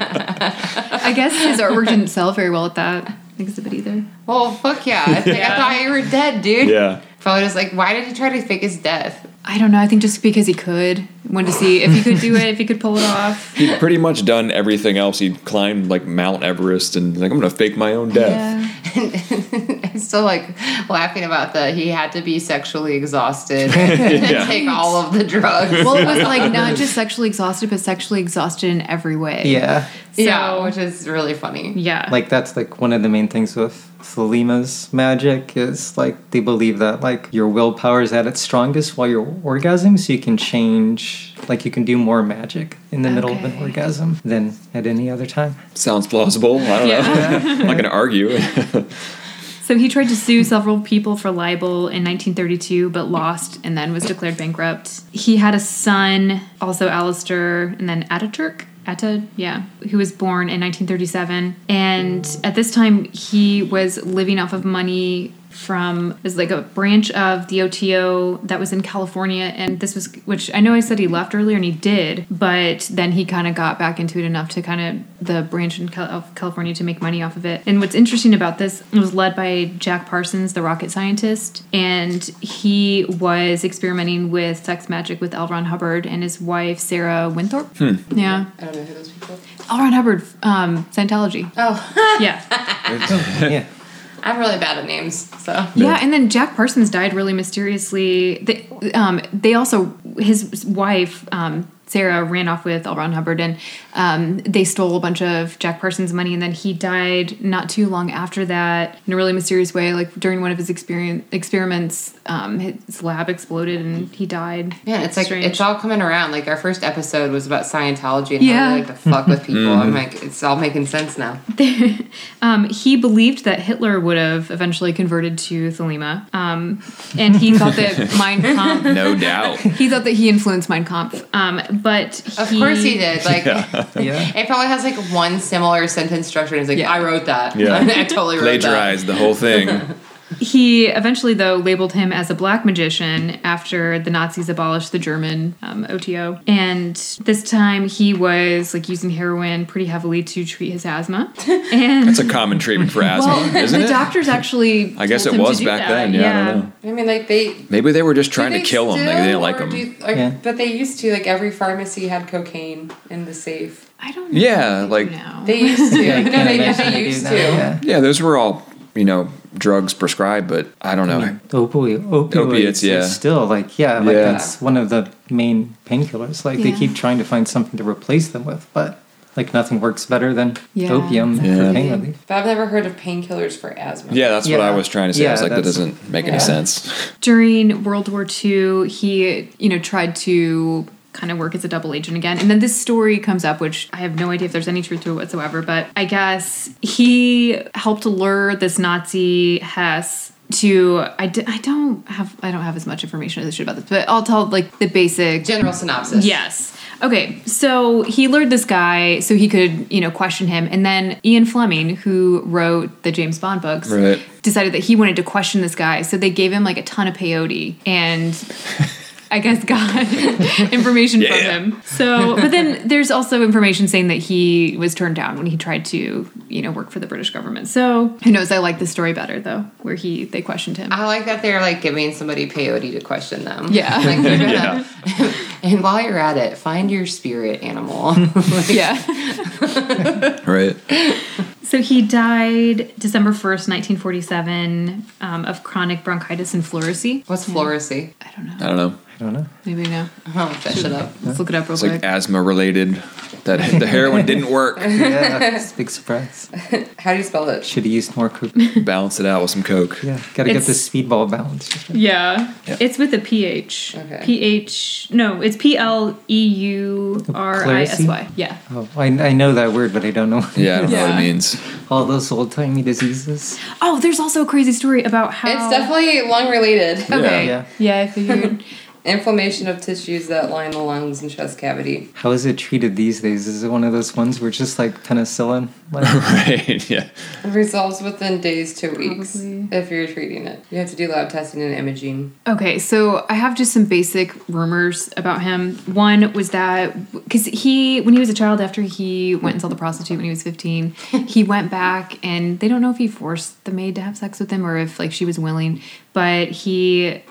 I guess his artwork didn't sell very well at that exhibit either.
Well, fuck yeah. It's like, I thought you were dead, dude.
Yeah.
Probably just like, why did he try to fake his death?
I don't know. I think just because he could, wanted to see if he could do it, if he could pull it off.
He'd pretty much done everything else. He'd climbed like Mount Everest and like I'm gonna fake my own death.
Yeah.
I'm still like laughing about the he had to be sexually exhausted and take all of the drugs.
Well, it was like not just sexually exhausted, but sexually exhausted in every way.
yeah.
So,
yeah, which is really funny.
yeah.
Like that's like one of the main things with Thalima's magic is like they believe that like your willpower is at its strongest while you're orgasming, so you can change like you can do more magic in the middle of an
Okay.
orgasm than at any other time.
Sounds plausible. I don't
Yeah.
know. I'm not gonna argue.
So he tried to sue several people for libel in 1932, but lost and then was declared bankrupt. He had a son, also Alistair, and then Ataturk. Atta, yeah, who was born in 1937. And at this time, he was living off of money from it was like a branch of the OTO that was in California and this was which I know I said he left earlier and he did but then he kind of got back into it enough to kind of the branch in Cal- of California to make money off of it and what's interesting about this it was led by Jack Parsons the rocket scientist and he was experimenting with sex magic with L. Ron Hubbard and his wife Sarah Winthrop yeah
I don't know who those people are.
L. Ron Hubbard um, Scientology
Oh,
yeah
yeah.
I'm really bad at names, so.
Yeah, and then Jack Parsons died really mysteriously. They, um, they also his wife um, Sarah ran off with L. Ron Hubbard, and um, they stole a bunch of Jack Parsons' money, and then he died not too long after that in a really mysterious way. Like during one of his experien experiments, um, his lab exploded and he died.
Yeah, it's like
Strange.
it's all coming around. Like our first episode was about Scientology and
Yeah.
how they like to fuck with people. I'm
Mm-hmm.
like, it's all making sense now.
Um, he believed that Hitler would have eventually converted to Thelema, um, and he thought that Mein Kampf.
No doubt.
He thought that he influenced Mein Kampf, um, but
Of course he did. Like
Yeah.
it probably has like one similar sentence structure. And it's like
Yeah.
I wrote that.
Yeah.
I totally wrote that.
Plagiarized the whole thing.
He eventually, though, labeled him as a black magician after the Nazis abolished the German um, OTO. And this time he was like using heroin pretty heavily to treat his asthma. And
It's a common treatment for asthma,
well,
isn't
the
it?
doctors actually.
I guess
told
it
him to
was
do
back
that.
then. Yeah, I don't know.
I mean, like they do
Maybe they were just trying
they
to kill him. Like, they
still,
didn't like
or
him.
do you- like,
Yeah.
But they used to. Like every pharmacy had cocaine in the safe.
I don't know.
Yeah, like
now.
They used to.
Oh. I
no,
can't
they,
imagine
they
do
used
that,
to.
yeah.
yeah, those were all you know drugs prescribed, but I don't know.
Opio- opioids,
Opiates,
are
yeah.
still like yeah, like
Yeah.
that's one of the main painkillers. Like they
Yeah.
keep trying to find something to replace them with, but like nothing works better than
Yeah,
opium
Yeah.
for pain relief.
But I've never heard of painkillers for asthma.
Yeah, that's what
Yeah.
I was trying to say. I
Yeah,
was like, that
that's-
doesn't make any
yeah.
sense.
During World War II, he, you know, tried to kind of work as a double agent again. And then this story comes up, which I have no idea if there's any truth to it whatsoever, but I guess he helped lure this Nazi Hess to I, d- I don't have I don't have as much information as I should about this, but I'll tell like the basic
General synopsis.
Yes. Okay, so he lured this guy so he could, you know, question him. And then Ian Fleming, who wrote the James Bond books,
Right.
decided that he wanted to question this guy. So they gave him like a ton of peyote and I guess got information
Yeah.
from him. So, but then there's also information saying that he was turned down when he tried to, you know, work for the British government. So who knows? I like the story better though, where he, they questioned him.
I like that they're like giving somebody peyote to question them.
Yeah.
Like, you're gonna-
Yeah.
And while you're at it, find your spirit animal.
yeah.
Right.
So he died December 1st, 1947, um, of chronic bronchitis and pleurisy.
What's fluorescy?
I don't know.
I don't know.
I don't know.
Maybe I know.
Oh, fish it up.
Let's look it up real
It's
quick.
like asthma related. That the heroin didn't work.
Yeah, it's a big surprise.
How do you spell it?
Should have used more coke.
Balance it out with some coke.
Yeah, gotta get
It's-
the speedball balance.
yeah.
Yeah.
It's with a PH.
Okay.
PH. No, it's P L E U R I S Y.
Pleurisy?
Yeah.
Oh, I, I know that word, but I don't know.
Yeah, I don't know what
Yeah.
it means.
All those old timey diseases.
Oh, there's also a crazy story about how.
It's definitely lung related.
Okay.
Yeah.
Yeah, I figured.
Inflammation of tissues that line the lungs and chest cavity.
How is it treated these days? Is it one of those ones where it's just like penicillin? Like,
right. Yeah.
Resolves within days to weeks
Probably.
if you're treating it. You have to do lab testing and imaging.
Okay, so I have just some basic rumors about him. One was that because he, when he was a child, after he went and saw the prostitute when he was 15, he went back and they don't know if he forced the maid to have sex with him or if like she was willing, but he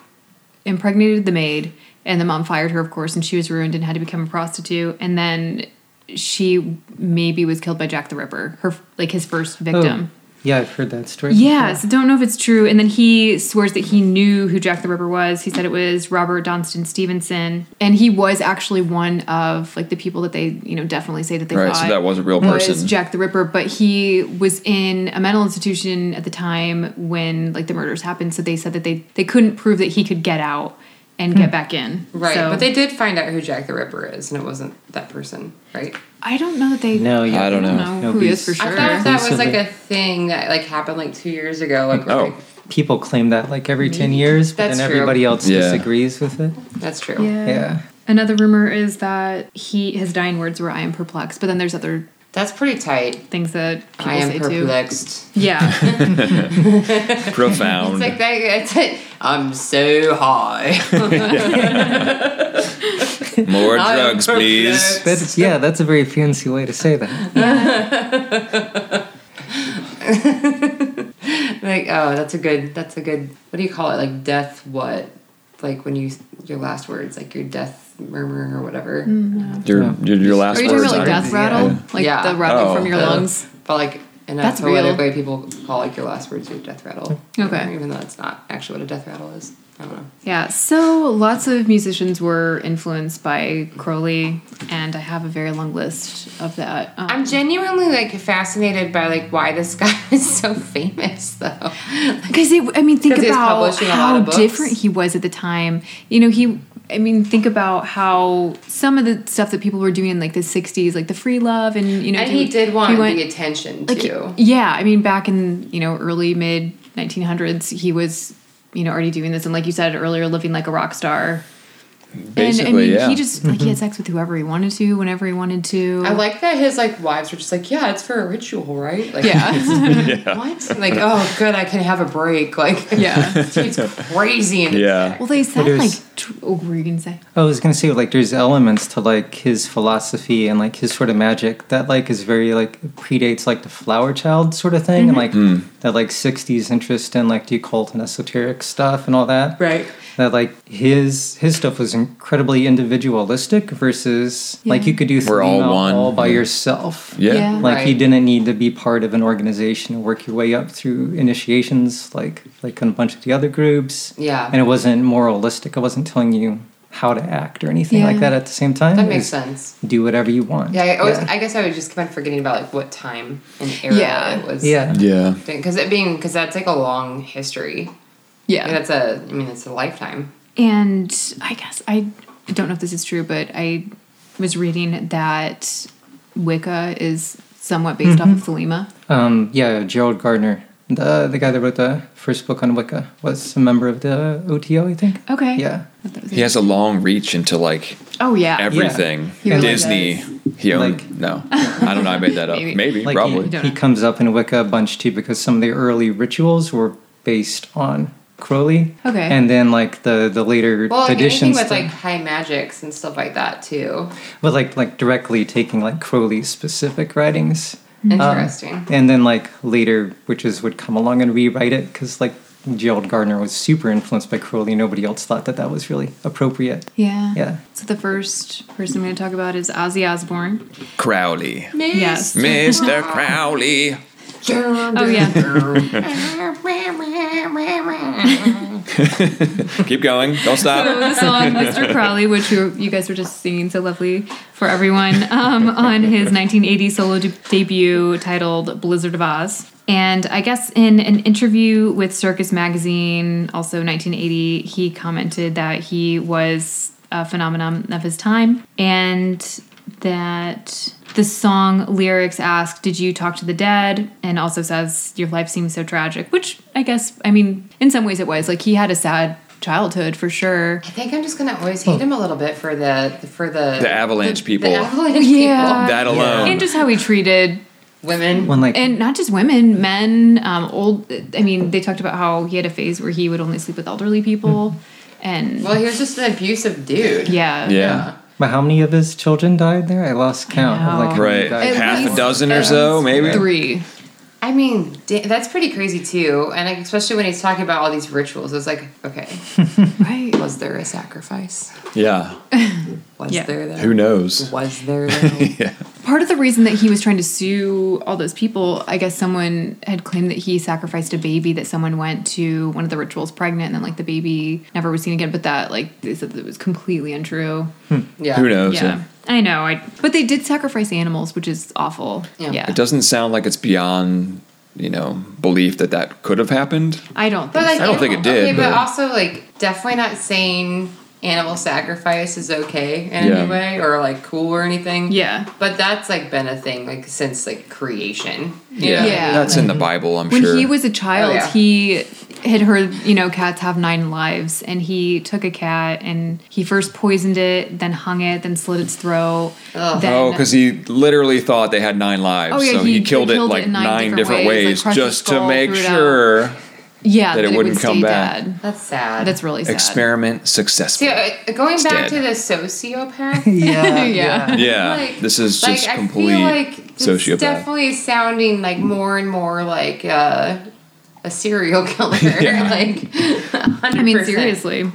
impregnated the maid and the mom fired her, of course, and she was ruined and had to become a prostitute. And then she maybe was killed by Jack the Ripper, her like his first victim.
oh, yeah, I've heard that story.
Yeah, so don't know if it's true. And then he swears that he knew who Jack the Ripper was. He said it was Robert Donston Stevenson, and he was actually one of like the people that they you know definitely say that they
Right.
thought
So that was a real
was
person.
Jack the Ripper. But he was in a mental institution at the time when like the murders happened. So they said that they they couldn't prove that he could get out and
Hmm.
get back in.
Right.
So-
But they did find out who Jack the Ripper is, and it wasn't that person, right?
I don't know that they.
No, yeah.
I don't
I don't
know.
know
No
who he is for
beef.
sure.
I thought that was
Recently.
like a thing that like happened like two years ago. Like,
Oh.
People claim that like every 10 years, but
That's
then
true.
everybody else
Yeah.
disagrees with it.
that's true.
yeah.
Yeah.
Another rumor is that he his dying words were "I am perplexed," but then there's other
That's pretty tight.
things that people
I am
say
perplexed.
too. Yeah,
It's
Profound.
like that. It's it. I'm so high.
More
I am
drugs, please.
perplexed.
That's, yeah, that's a very fancy way to say that.
Like, oh, that's a good. That's a good. What do you call it? Like death. What? Like when you your last words, like your death murmur or whatever.
Your, your your
are
last
you
words.
talking about like
aren't-
death rattle, like
Yeah.
the rattle
Oh.
from your
Uh,
lungs?
But like And
That's
that's, a
real.
real. way people call like your last words your death rattle.
Okay.
Even though it's not actually what a death rattle is. I don't know.
Yeah, so lots of musicians were influenced by Crowley, and I have a very long list of that. Um,
I'm genuinely like fascinated by like why this guy is so famous though.
Because I mean, think
'Cause he was
about
publishing a lot
how
of books.
different he was at the time. You know, he. I mean, think about how some of the stuff that people were doing in like the '60s, like the free love, and you know,
And he did want
he went-
the attention
like,
too.
Yeah, I mean, back in you know early mid 1900s, he was you know already doing this, and like you said earlier, living like a rock star. and I
Basically,
mean,
yeah.
he just like he had sex with whoever he wanted to, whenever he wanted to.
I like that his like wives were just like, yeah, it's for a ritual, right? Like,
yeah,
What? Like, oh, good, I can have a break. Like,
yeah.
it's crazy. And
Yeah.
Well, they said
there's-
like, tw- oh, what were you gonna say?
I was gonna say like there's elements to like his philosophy and like his sort of magic that like is very like predates like the flower child sort of
Mm-hmm.
thing and like
Hmm.
that like sixties interest in like the occult and esoteric stuff and all that.
Right.
That like his his stuff was incredibly individualistic versus like
Yeah.
you could do
We're all
something
one.
all by
Yeah.
yourself.
yeah.
Yeah.
Like you
Right.
didn't need to be part of an organization and work your way up through initiations like like in a bunch of the other groups.
Yeah.
And it wasn't moralistic. I wasn't telling you how to act or anything like
Yeah.
that at the same time.
That
It
makes
was
sense.
Do whatever you want.
Yeah, I, always, I guess I was just kind of forgetting about like what time and era
Yeah.
it was.
yeah.
Yeah.
Because it being, because that's like a long history.
Yeah,
And that's a, I mean, it's a lifetime.
And I guess I don't know if this is true, but I was reading that Wicca is somewhat based off of
Mm-hmm.
Thelema.
Um, yeah, Gerald Gardner, the the guy that wrote the first book on Wicca, was a member of the OTO, I think.
Okay.
Yeah.
I thought it was-
He has a long reach into like
Oh yeah.
everything.
He really
Disney. He owned.
Like-
no, I don't know. I made that up.
Maybe.
Maybe,
Like
probably.
he,
Don't
he
know.
comes up in Wicca a bunch too because some of the early rituals were based on Crowley.
Okay.
And then like the the later
Well, like anything
traditions
with
thing-
like high magics and stuff like that too.
but like like directly taking like Crowley's specific writings. Um,
Interesting.
And then like later witches would come along and rewrite it because like Gerald Gardner was super influenced by Crowley. Nobody else thought that that was really appropriate.
Yeah.
Yeah.
So the first person I'm going to talk about is Ozzy Osbourne.
Crowley.
Yes.
Mr. Crowley.
Oh yeah.
Keep going. Don't stop.
the song Mr. Crowley, which you, you guys were just singing so lovely for everyone, um, on his 1980 solo de- debut titled Blizzard of Oz. And I guess in an interview with Circus Magazine, also 1980, he commented that he was a phenomenon of his time and that the song lyrics ask, Did you talk to the dead? And also says, Your life seems so tragic, which I guess, I mean, in some ways it was. Like he had a sad childhood for sure.
I think I'm just gonna always hate him a little bit for the for the
The Avalanche people.
The avalanche
Yeah.
that alone.
and just how he treated
people. Women.
When like
and not just women men um, old i mean they talked about how he had a phase where he would only sleep with elderly people and
Hmm. Well, he was just an abusive dude.
yeah
yeah.
but how many of his children died there? I lost count. of, like, how many
Right.
died.
At
Half a
least
dozen or so, maybe.
three
I mean, da- that's pretty crazy too. And like, especially when he's talking about all these rituals, it's like, okay,
right
was there a sacrifice?
Yeah.
Was
Yeah.
there though?
Who knows?
Was there though?
part of the reason that he was trying to sue all those people i guess someone had claimed that he sacrificed a baby that someone went to one of the rituals pregnant and then like the baby never was seen again but that like they said that it was completely untrue
yeah.
Who knows?
yeah i know i but they did sacrifice animals which is awful
Yeah.
yeah,
It doesn't sound like it's beyond, you know, belief that that could have happened.
i don't
But
think
like,
I don't think it did,
Okay, but,
but-
also like, definitely not saying animal sacrifice is okay in
Yeah.
any way or like cool or anything.
Yeah.
But that's like been a thing like since like creation. you
Yeah.
know?
Yeah.
That's in the Bible, I'm
when
sure.
he was a child
Oh, yeah.
he had heard you know cats have nine lives and he took a cat and he first poisoned it then hung it then slit its throat
Ugh.
then-
Oh, because he literally thought they had nine lives,
Oh, yeah,
so
he-
he, killed,
he
it
killed it
like
in
nine, different, ways,
like, crushed his
just to
skull,
make
threw it out.
sure
yeah
that it
would
wouldn't come
stay
back.
dead.
That's sad.
that's really sad
experiment
See,
successful.
uh, going back
dead.
to the sociopath.
Yeah.
Yeah.
yeah,
Like-
this is
like,
just
I feel
complete
like this
sociopath.
Definitely sounding like more and more like uh, a serial killer.
Yeah.
Like, 100%.
I mean, seriously.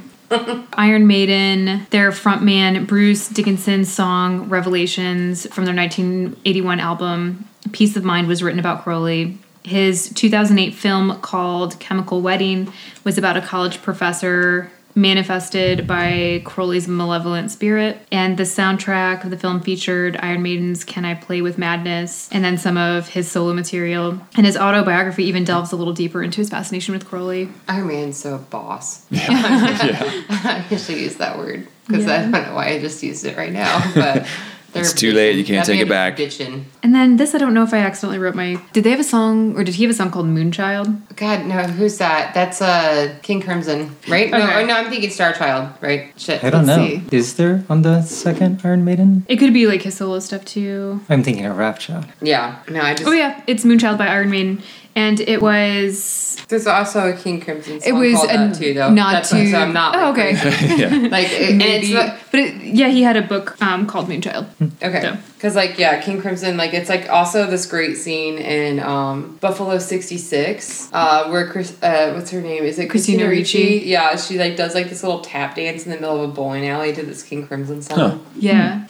Iron Maiden, their frontman Bruce Dickinson's song Revelations from their 1981 album Peace of Mind was written about Crowley. His 2008 film called Chemical Wedding was about a college professor manifested by Crowley's malevolent spirit. And the soundtrack of the film featured Iron Maiden's Can I Play with Madness and then some of his solo material. And his autobiography even delves a little deeper into his fascination with Crowley.
Iron Man's so boss.
yeah.
I usually use that word because I
Yeah.
don't know why I just used it right now. But they're
It's too late, you can't
That
take it
man is bitchin'.
And then this, I don't know if I accidentally wrote my. Did they have a song or did he have a song called Moonchild?
God, no, who's that? That's uh, King Crimson, right? No,
Okay.
oh, no, I'm thinking Star Child, right? Shit.
I don't
Let's
know.
see.
Is there on the second Iron Maiden?
It could be like his solo stuff too.
I'm thinking of Rapture.
Yeah, no, I just.
Oh yeah, it's Moonchild by Iron Maiden, and it was
There's also a King Crimson. Song
it was
called
a
that too, though.
not
That's
too.
What, so I'm not.
Oh
like,
okay.
yeah.
Like, it, and it's
Maybe.
not-
but it, yeah, he had a book um, called Moonchild.
okay
So.
because like yeah, King Crimson. Like it's like also this great scene in um, Buffalo '66 uh, where Chris, uh, what's her name? Is it
Christina
Christina,
Ricci?
Ricci? Yeah, she like does like this little tap dance in the middle of a bowling alley to this King Crimson song.
Huh.
Yeah,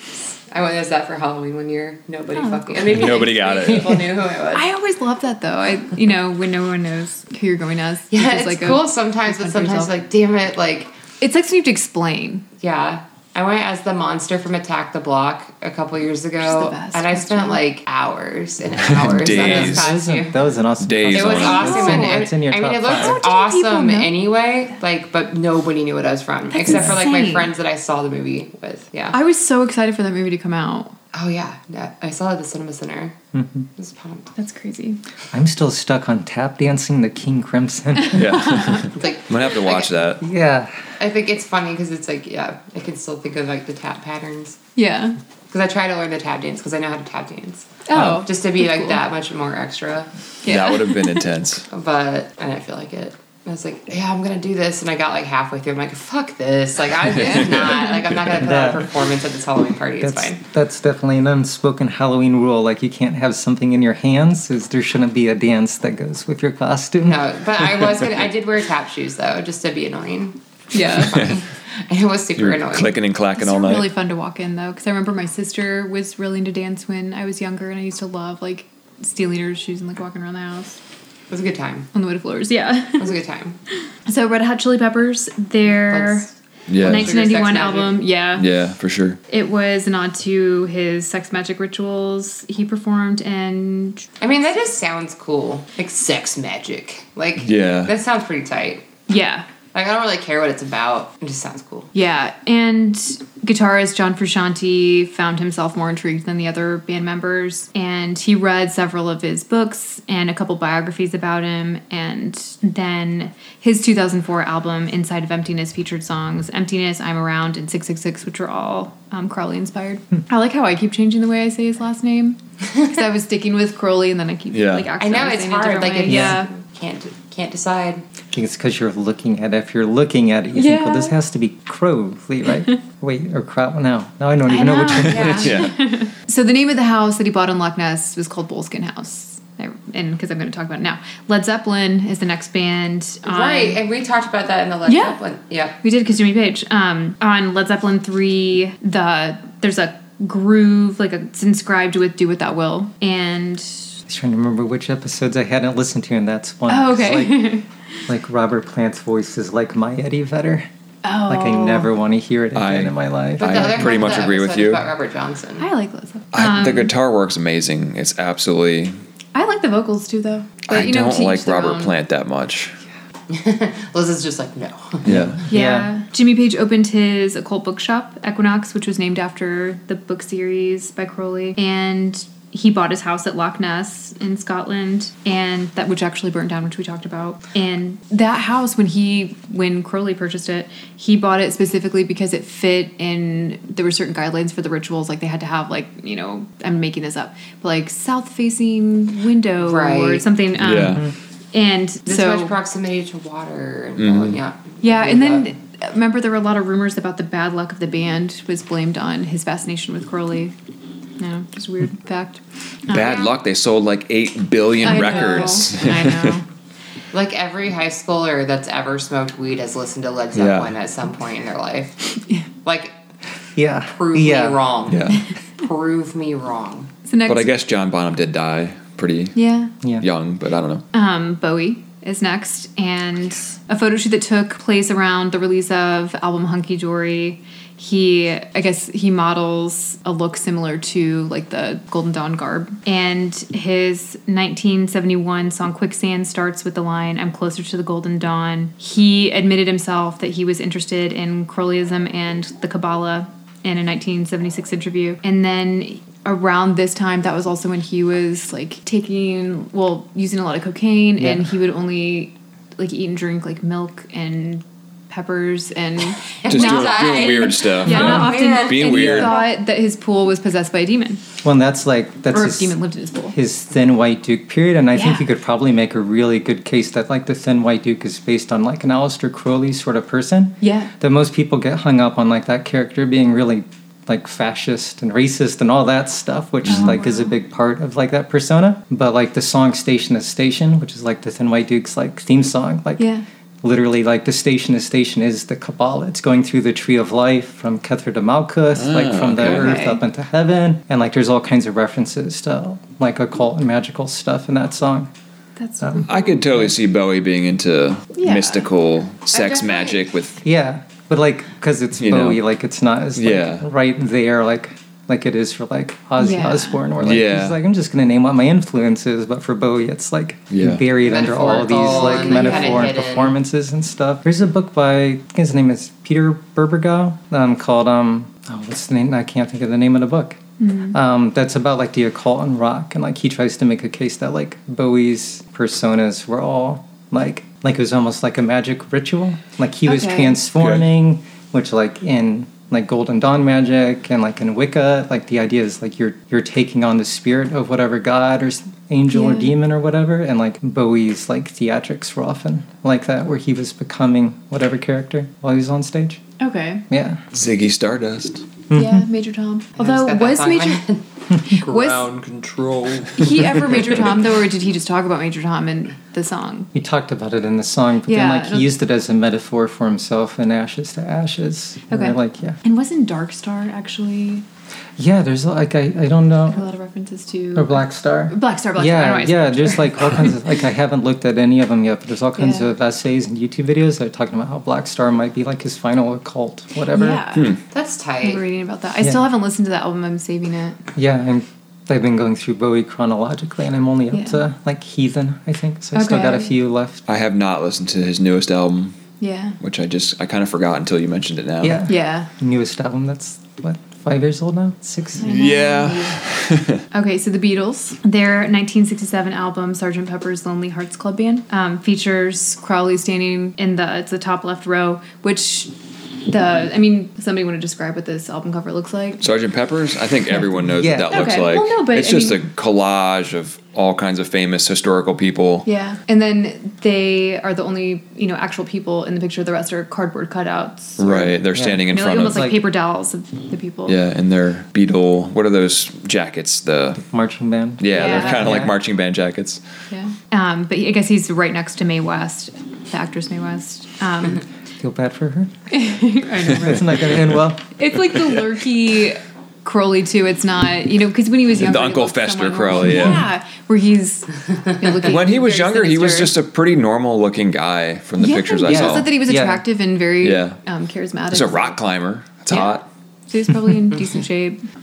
I went as that for Halloween one year. Nobody
Oh.
fucking. I mean,
Nobody got it.
People knew who it was.
I always love that though. I you know when no one knows who you're going as.
Yeah,
which is
it's
like a-
cool sometimes,
fun
but
for
sometimes
yourself.
like, damn it, like,
it's like something you have to explain.
yeah. I went as the monster from Attack the Block a couple years
She's
ago,
the best,
and I
that's
spent
true.
like hours and hours on this
Days.
That was, a,
costume.
that was an awesome.
Days
It
costume.
was
It's
awesome,
It's in,
and,
your- it's in your
I
top
mean, it looked
five.
How did people
awesome
know?
anyway. Like, but nobody knew what I was from, except for like
insane.
my friends that I saw the movie with. Yeah.
I was so excited for that movie to come out.
oh yeah, yeah. I saw it at the Cinema Center.
Mm-hmm.
I was pumped.
That's crazy.
I'm still stuck on tap dancing the King Crimson.
yeah.
It's like
I'm gonna have to watch that.
yeah.
I think it's funny because it's like yeah, I can still think of like the tap patterns.
Yeah.
Because I try to learn the tap dance because I know how to tap dance.
Oh,
Just to be
that's
like
cool.
that much more extra.
Yeah.
That would have been intense.
But I didn't feel like it. I was like, yeah, I'm gonna do this, and I got like halfway through. I'm like, fuck this! Like I'm just not. Like I'm not gonna put on
Yeah.
a performance at this Halloween party. It's
That's,
fine.
that's definitely an unspoken Halloween rule. Like you can't have something in your hands. Is there shouldn't be a dance that goes with your costume?
No, but I was gonna. I did wear tap shoes though, just to be annoying.
Yeah.
And it was super
You're
annoying.
clicking and clacking
It's
all night.
really fun to walk in though, because I remember my sister was really into dance when I was younger, and I used to love like stealing her shoes and like walking around the house
It was a good time.
on the way to floors. Yeah.
It was a good time.
so Red Hot Chili Peppers, their
Let's-
yeah.
Nice.
1991
Sex Magic.
album, yeah.
Yeah, for sure.
it was an nod to his sex magic rituals he performed, and
I mean, that just sounds cool. Like sex magic. Like
Yeah.
that sounds pretty tight.
yeah,
Like I don't really care what it's about. It just sounds cool.
Yeah, and guitarist John Frusciante found himself more intrigued than the other band members, and he read several of his books and a couple biographies about him, and then his 2004 album Inside of Emptiness featured songs "Emptiness," "I'm Around," and "666," which are all um, Crowley inspired. I like how I keep changing the way I say his last name because I was sticking with Crowley, and then I keep
Yeah.
like
I know
accidentally
it's
saying it a
hard.
different
Like
way.
it's,
yeah.
can't can't decide.
I think it's because you're looking at. it. If you're looking at it, you think,
Yeah.
well, this has to be Crowley, right? Wait, or Crow? No, now I don't
I
even know, which
know,
one it
yeah.
is.
Yeah.
So the name of the house that he bought in Loch Ness was called Bullskin House. I, and because I'm going to talk about it now, Led Zeppelin is the next band. on-
right, and we talked about that in the Led
Yeah.
Zeppelin. Yeah.
We did because Jimmy Page um, on Led Zeppelin three. The there's a groove like it's inscribed with "Do What Thou Will" and
I was trying to remember which episodes I hadn't listened to, and that's one.
oh
'Cause, Like,
okay
like Robert Plant's voice is like my Eddie Vedder.
oh
Like I never want to hear it again
I-
in my life.
I
the other
pretty
half of
much
the
agree with
episode is
you.
About Robert Johnson.
I like Led Zeppelin.
I, the guitar work's amazing. It's absolutely.
I like the vocals too though. But,
I
you know,
don't
to each
like
their
Robert
own.
Plant that much.
Liz is just like no.
Yeah.
Yeah. Jimmy Page opened his occult bookshop, Equinox, which was named after the book series by Crowley. And he bought his house at Loch Ness in Scotland, and that which actually burnt down, which we talked about. And that house, when he when Crowley purchased it, he bought it specifically because it fit in. There were certain guidelines for the rituals, like they had to have like you know I'm making this up, but like south facing window or
Right. Mm-hmm.
something. Um,
Yeah.
And
This
so
much proximity to water and
Mm-hmm.
yeah.
yeah, and
that.
then remember there were a lot of rumors about the bad luck of the band was blamed on his fascination with Crowley. No, just a weird fact. Um,
Bad luck. They sold like eight billion
I know,
records.
I know.
Like every high schooler that's ever smoked weed has listened to Led
Yeah.
Zeppelin at some point in their life. Like,
Yeah.
prove
yeah.
me wrong.
Yeah.
Prove me wrong.
the next.
But I guess John Bonham did die pretty
Yeah.
Yeah.
young, but I don't know.
Um, Bowie is next, and a photo shoot that took place around the release of album Hunky Dory. He, I guess, he models a look similar to like the Golden Dawn garb, and his 1971 song Quicksand starts with the line "I'm closer to the Golden Dawn." He admitted himself that he was interested in Crowleyism and the Kabbalah in a 1976 interview. And then around this time, that was also when he was like taking, well, using a lot of cocaine, and he would only like eat and drink like milk and peppers and
Just
not-
doing, doing weird stuff.
Yeah, not often.
man.
Being
and
weird.
He thought that his pool was possessed by a demon,
Well, and that's like that's
or
his,
a demon lived in his pool.
his Thin White Duke period, and I
Yeah.
think you could probably make a really good case that like the Thin White Duke is based on like an Aleister Crowley sort of person.
Yeah.
That most people get hung up on like that character being really like fascist and racist and all that stuff, which
Oh,
like is a big part of like that persona. But like the song "Station to Station," which is like the Thin White Duke's like theme song, like
Yeah.
literally like the station to station is the Kabbalah. It's going through the Tree of Life from Kether to Malchus, like from the
Ah, okay.
earth
Okay.
up into heaven, and like there's all kinds of references to like occult and magical stuff in that song.
That's
Um,
I could totally see Bowie being into
Yeah.
mystical sex
definitely-
magic with
Yeah, but like because it's
You know.
Bowie, like it's not as like,
Yeah.
right there like like it is for like Ozzy
Yeah.
Osbourne, where like
Yeah.
he's like I'm just gonna name what my influence is, but for Bowie it's like
Yeah.
buried under all these
Metaphorical
like
and, like, kinda
metaphor and
hidden.
performances and stuff. There's a book by I think his name is Peter Berbergau um, called um oh what's the name I can't think of the name of the book. Um, that's about like the occult and rock, and like he tries to make a case that like Bowie's personas were all like like it was almost like a magic ritual. Like he was
Okay.
transforming, which like in like Golden Dawn magic and like in Wicca, like the idea is like you're you're taking on the spirit of whatever god or s- angel or
Yeah.
demon or whatever, and like Bowie's like theatrics were often like that, where he was becoming whatever character while he was on stage.
okay.
Yeah,
Ziggy Stardust.
Yeah, Major Tom.
It's
Although
got that
was
song
Major
on it.
was
control.
he ever Major Tom though, or did he just talk about Major Tom in the song?
he talked about it in the song, but then
Yeah,
like he
it-
used it as a metaphor for himself in Ashes to Ashes. And I
Okay.
like yeah,
And wasn't Dark Star actually
yeah. There's like I I don't
a
know
lot of references to
or Black Star.
Black Star, Black Star.
yeah,
anyways.
yeah. There's like all kinds of like I haven't looked at any of them yet, but there's all kinds
Yeah.
of essays and YouTube videos that are talking about how Black Star might be like his final occult, whatever.
Yeah.
That's
I remember
tight.
reading about that. I
Yeah.
still haven't listened to that album. I'm saving it.
Yeah, and I've been going through Bowie chronologically, and I'm only up
Yeah.
to like Heathen, I think. So I still got a
Okay.
few left.
I have not listened to his newest album,
Yeah.
which I just I kind of forgot until you mentioned it now.
Yeah.
Yeah.
Newest album that's what five years old now, six.
Yeah.
Okay, so the Beatles, their 1967 album Sgt. Pepper's Lonely Hearts Club Band um, features Crowley standing in the it's the top left row, which the I mean somebody want to describe what this album cover looks like?
Sergeant Pepper's. I think everyone knows
Yeah.
what that looks
Okay.
like.
Well, no, but
it's
I
just
mean-
a collage of all kinds of famous historical people.
Yeah, and then they are the only you know actual people in the picture. The rest are cardboard cutouts, or,
Right. They're standing in
you know, like
front
almost
of
Like-
like, paper dolls of the people.
yeah, and their beetle. What are those jackets? The
Marching band.
yeah,
Yeah.
they're kind of like
Yeah.
marching band jackets.
Yeah. Um, but I guess he's right next to Mae West, the actress Mae West. Um,
Feel bad for her. It's not gonna end well.
it's like the lurky Crowley too. It's not you know because when he was younger, he
Uncle
looked
Fester
somewhat
Crowley,
normal.
yeah.
where he's you know, looking
When he was
very
younger, he was
sinister.
just a pretty normal looking guy from the
yeah,
pictures I
yeah.
saw.
Said that he was
Yeah.
attractive and very
Yeah.
um, charismatic.
He's a rock climber. It's
Yeah.
hot.
So he's probably in decent shape.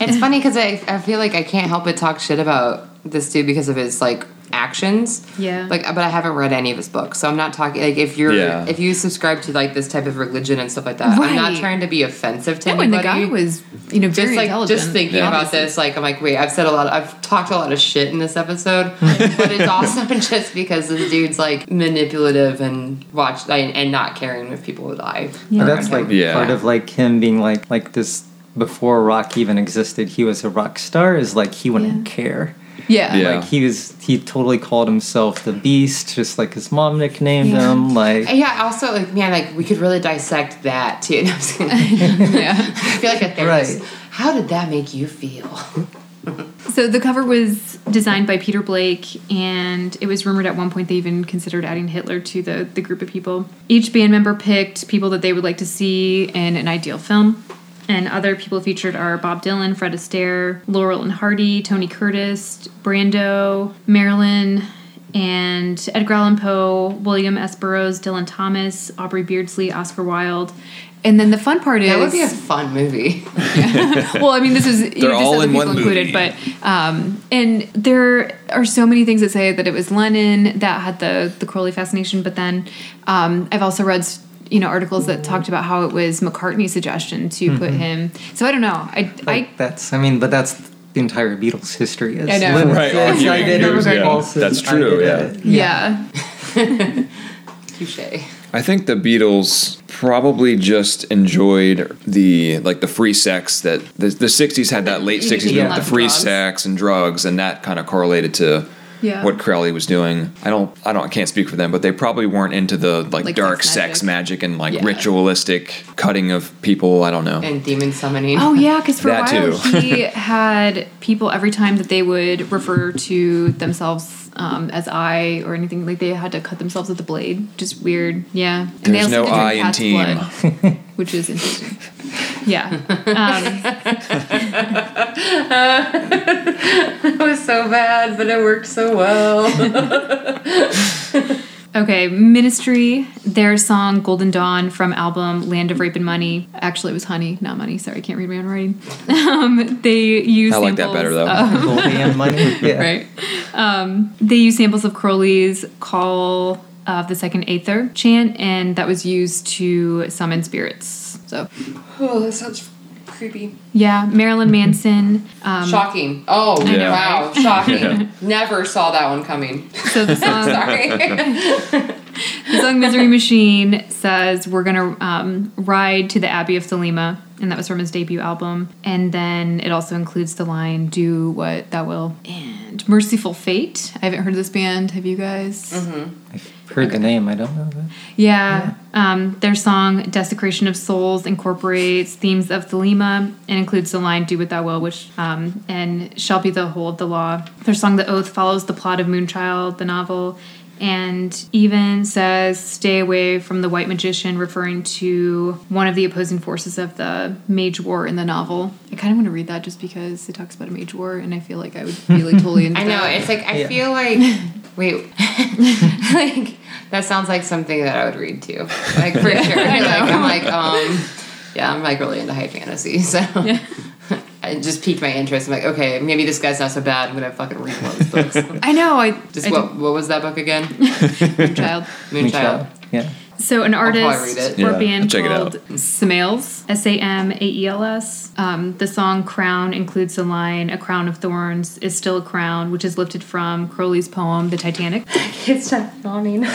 It's funny because I, I feel like I can't help but talk shit about this dude because of his like actions.
Yeah.
Like, but I haven't read any of his books, so I'm not talking. Like, if you're
Yeah.
if you subscribe to like this type of religion and stuff like that, I'm not
Right.
trying to be offensive to
And when
anybody.
the guy was you know very
just like
intelligent,
just thinking
Yeah.
about this, like I'm like, wait, I've said a lot. I've talked a lot of shit in this episode, but it's also just because this dude's like manipulative and watch and, and not caring if people would die.
But
Yeah.
that's like
Yeah.
part of like him being like like this before rock even existed. He was a rock star. Is like he wouldn't care.
yeah,
Yeah.
Like he was he totally called himself the Beast, just like his mom nicknamed him. Like
Yeah. Also, like man, like we could really dissect that too. No, I'm just kidding.
yeah.
I feel like a therapist.
Right.
How did that make you feel?
So the cover was designed by Peter Blake, and it was rumored at one point they even considered adding Hitler to the, the group of people. Each band member picked people that they would like to see in an ideal film. And other people featured are Bob Dylan, Fred Astaire, Laurel and Hardy, Tony Curtis, Brando, Marilyn, and Edgar Allan Poe, William S. Burroughs, Dylan Thomas, Aubrey Beardsley, Oscar Wilde. And then the fun part is
That would be a fun movie.
well, I mean, this is you
They're
know, just
all
other
in
people
one
included,
movie.
but um, and there are so many things that say that it was Lenin that had the the Crowley fascination, but then um, I've also read you know articles that talked about how it was McCartney's suggestion to put him. So I don't know. I
Like
I
that's I mean, but that's the entire Beatles history. Is
I know.
Lennon
Right,
says,
arguing
I did it,
who's- yeah,
Paulson,
that's
I
true,
did
yeah.
it.
yeah.
Touche.
I think the Beatles probably just enjoyed the like the free sex that the, the 60s had that late 60s
Yeah.
movement, the free
Drugs.
sex and drugs and that kind of correlated to
Yeah.
what Crowley was doing. I don't I don't I can't speak for them, but they probably weren't into the like,
Like
dark
sex
sex magic, and like
Yeah.
ritualistic cutting of people, I don't know.
And demon summoning.
Oh yeah, because for a
That
while
too.
he had people every time that they would refer to themselves um, as I or anything like they had to cut themselves with the blade. Just weird, yeah. And they
There's
also
no
had to drink
I in
cat's
team.
blood, which is interesting. Yeah, um,
That was so bad, but it worked so well.
Okay, Ministry, their song Golden Dawn from album Land of Rape and Money. Actually, it was Honey, not Money. Sorry, I can't read my own writing. Um, they use
I like that better, though.
Oh,
Gold and money. Yeah.
right. Um, they use samples of Crowley's Call of the Second Aether chant, and that was used to summon spirits. So,
oh, that sounds creepy.
yeah, Marilyn Manson. Um,
Shocking. Oh,
Yeah.
wow. Shocking. Never saw that one coming.
so the song.
Sorry.
The song Misery Machine says, We're going to um, ride to the Abbey of Thelema. And that was from his debut album. And then it also includes the line, Do what thou will. And Merciful Fate. I haven't heard of this band. Have you guys?
I've heard the name. I don't know that.
Yeah. Um, their song Desecration of Souls incorporates themes of Thelema and includes the line Do What Thou Will, which um, and shall be the whole of the law. Their song The Oath follows the plot of Moonchild, the novel, and even says Stay away from the white magician, referring to one of the opposing forces of the mage war in the novel. I kind of want to read that just because it talks about a mage war and I feel like I would be like totally into
I know.
that.
It's like, I
Yeah.
feel like, wait, like, that sounds like something that I would read too. Like, for sure. Like, I'm like, um, yeah, I'm like really into high fantasy. So it just piqued my interest. I'm like, okay, maybe this guy's not so bad. I'm going to fucking read one of those books.
I know. I
Just
I
what, what was that book again?
did Moonchild.
Moonchild.
Yeah.
So an
probably
artist
read it.
or
Yeah,
band
check it
called
out.
Samaels, S A M A E L S. Um, the song "Crown" includes the line, "A crown of thorns is still a crown," which is lifted from Crowley's poem "The Titanic."
It's not yawning.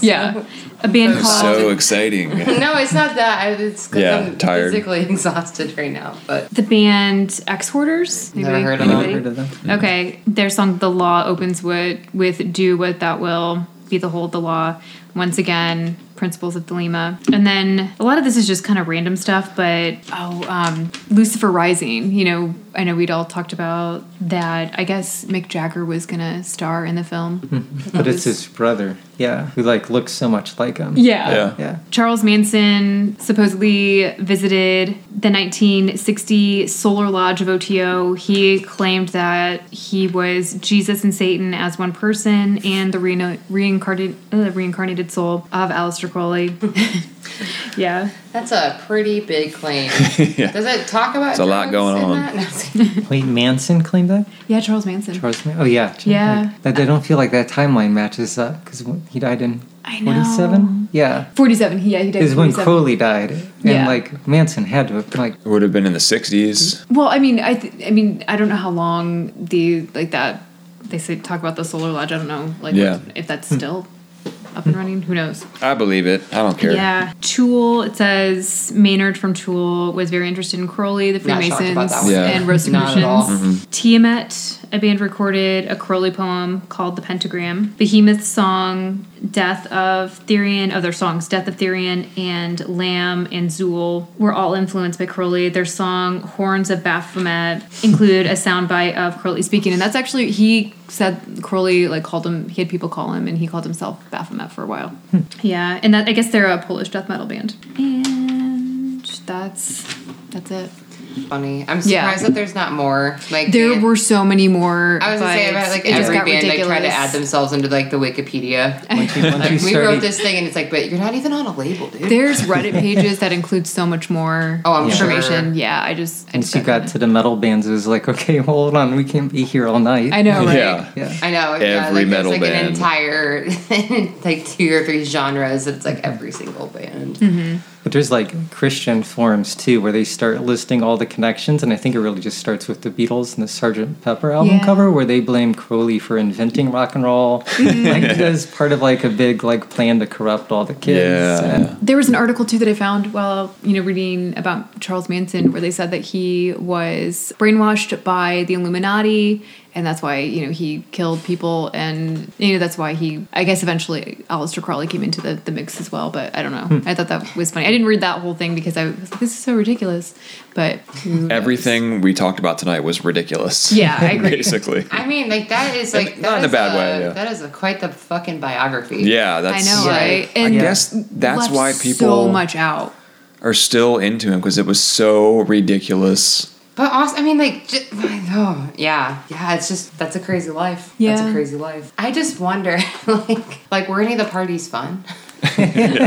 Yeah, a band called
So exciting.
No, it's not that. I, it's 'cause
Yeah,
I'm
tired.
physically exhausted right now. But
the band X Hoarders.
Never heard of
Never
Really?
heard of them.
Okay, their song "The Law" opens with with "Do what that will be the whole of the law." Once again, principles of Thelema, and then a lot of this is just kind of random stuff. But oh, um, Lucifer Rising. You know, I know we'd all talked about that. I guess Mick Jagger was gonna star in the film.
But it's his brother. Yeah. Who like looks so much like him.
Yeah.
Yeah.
Charles Manson supposedly visited the 1960 Solar Lodge of OTO. He claimed that he was Jesus and Satan as one person and the reino- reincarnated, uh, reincarnated soul of Aleister Crowley. yeah.
that's a pretty big claim. Does it talk about?
It's a lot
drugs
going
in
on.
that? No, I'm just kidding.
Wait, Manson claimed that?
Yeah, Charles Manson.
Charles Man- Oh, yeah. Like,
Yeah.
that, I don't feel like that timeline matches up because he died in
I know.
47? Yeah.
47. Yeah, he did.
Is when
47.
Crowley died. And
Yeah.
like Manson had to have, like,
It would have been in the 60s.
Well, I mean, I, th- I mean, I don't know how long the like that they say talk about the solar lodge. I don't know, like,
Yeah.
what- if that's still up and running. Who knows?
I believe it. I don't care.
Yeah, Tool. It says Maynard from Tool was very interested in Crowley, the
Not shocked about
Freemasons,
that one.
Yeah.
and
Not at all.
Rosicrucians. Tiamat, a band recorded a Crowley poem called "The Pentagram." Behemoth's song "Death of Therion," oh, their songs "Death of Therion" and "Lamb" and "Zool" were all influenced by Crowley. Their song "Horns of Baphomet" include a soundbite of Crowley speaking, and that's actually he said Crowley like called him. He had people call him, and he called himself Baphomet for a while. Yeah, and that, I guess they're a Polish death metal band. And that's that's it.
Funny. I'm surprised
Yeah.
that there's not more. Like
There
band-
were so many more.
I was gonna say
but
about like
it just
every
got
band like tried to
ridiculous.
add themselves into like the Wikipedia.
Once you, once you
Like, we wrote
started,
this thing and it's like, but you're not even on a label, dude.
There's Reddit pages that include so much more
Oh, I'm sure.
information. Yeah, I just I
once
just
you got to the metal bands, it was like, okay, well, hold on, we can't be here all night.
I know, right?
Yeah.
Yeah.
I know.
Every
yeah, like, there's,
metal
like
band.
an entire like two or three genres. It's like every single band.
Mm-hmm.
But there's like Christian forums too, where they start listing all the connections, and I think it really just starts with the Beatles and the Sgt. Pepper album
Yeah.
cover, where they blame Crowley for inventing rock and roll,
Mm-hmm.
like as part of like a big like plan to corrupt all the kids.
Yeah.
And
There was an article too that I found while you know reading about Charles Manson, where they said that he was brainwashed by the Illuminati, and that's why you know he killed people, and you know that's why he, I guess, eventually Aleister Crowley came into the, the mix as well. But I don't know. I thought that was funny. I didn't read that whole thing because I was like, this is so ridiculous. But who knows?
Everything we talked about tonight was ridiculous.
Yeah, I agree.
Basically.
I mean, like that is
And
like
not
that
in a
is
bad way, yeah.
That is a, quite the fucking biography.
Yeah,
I
that's.
know,
Yeah.
right?
I
And
guess that's
left
why
so
people
much out.
are still into him because it was so ridiculous.
But also, I mean, like, j oh, yeah, yeah. It's just that's a crazy life. that's
Yeah.
a crazy life. I just wonder, like, like were any of the parties fun?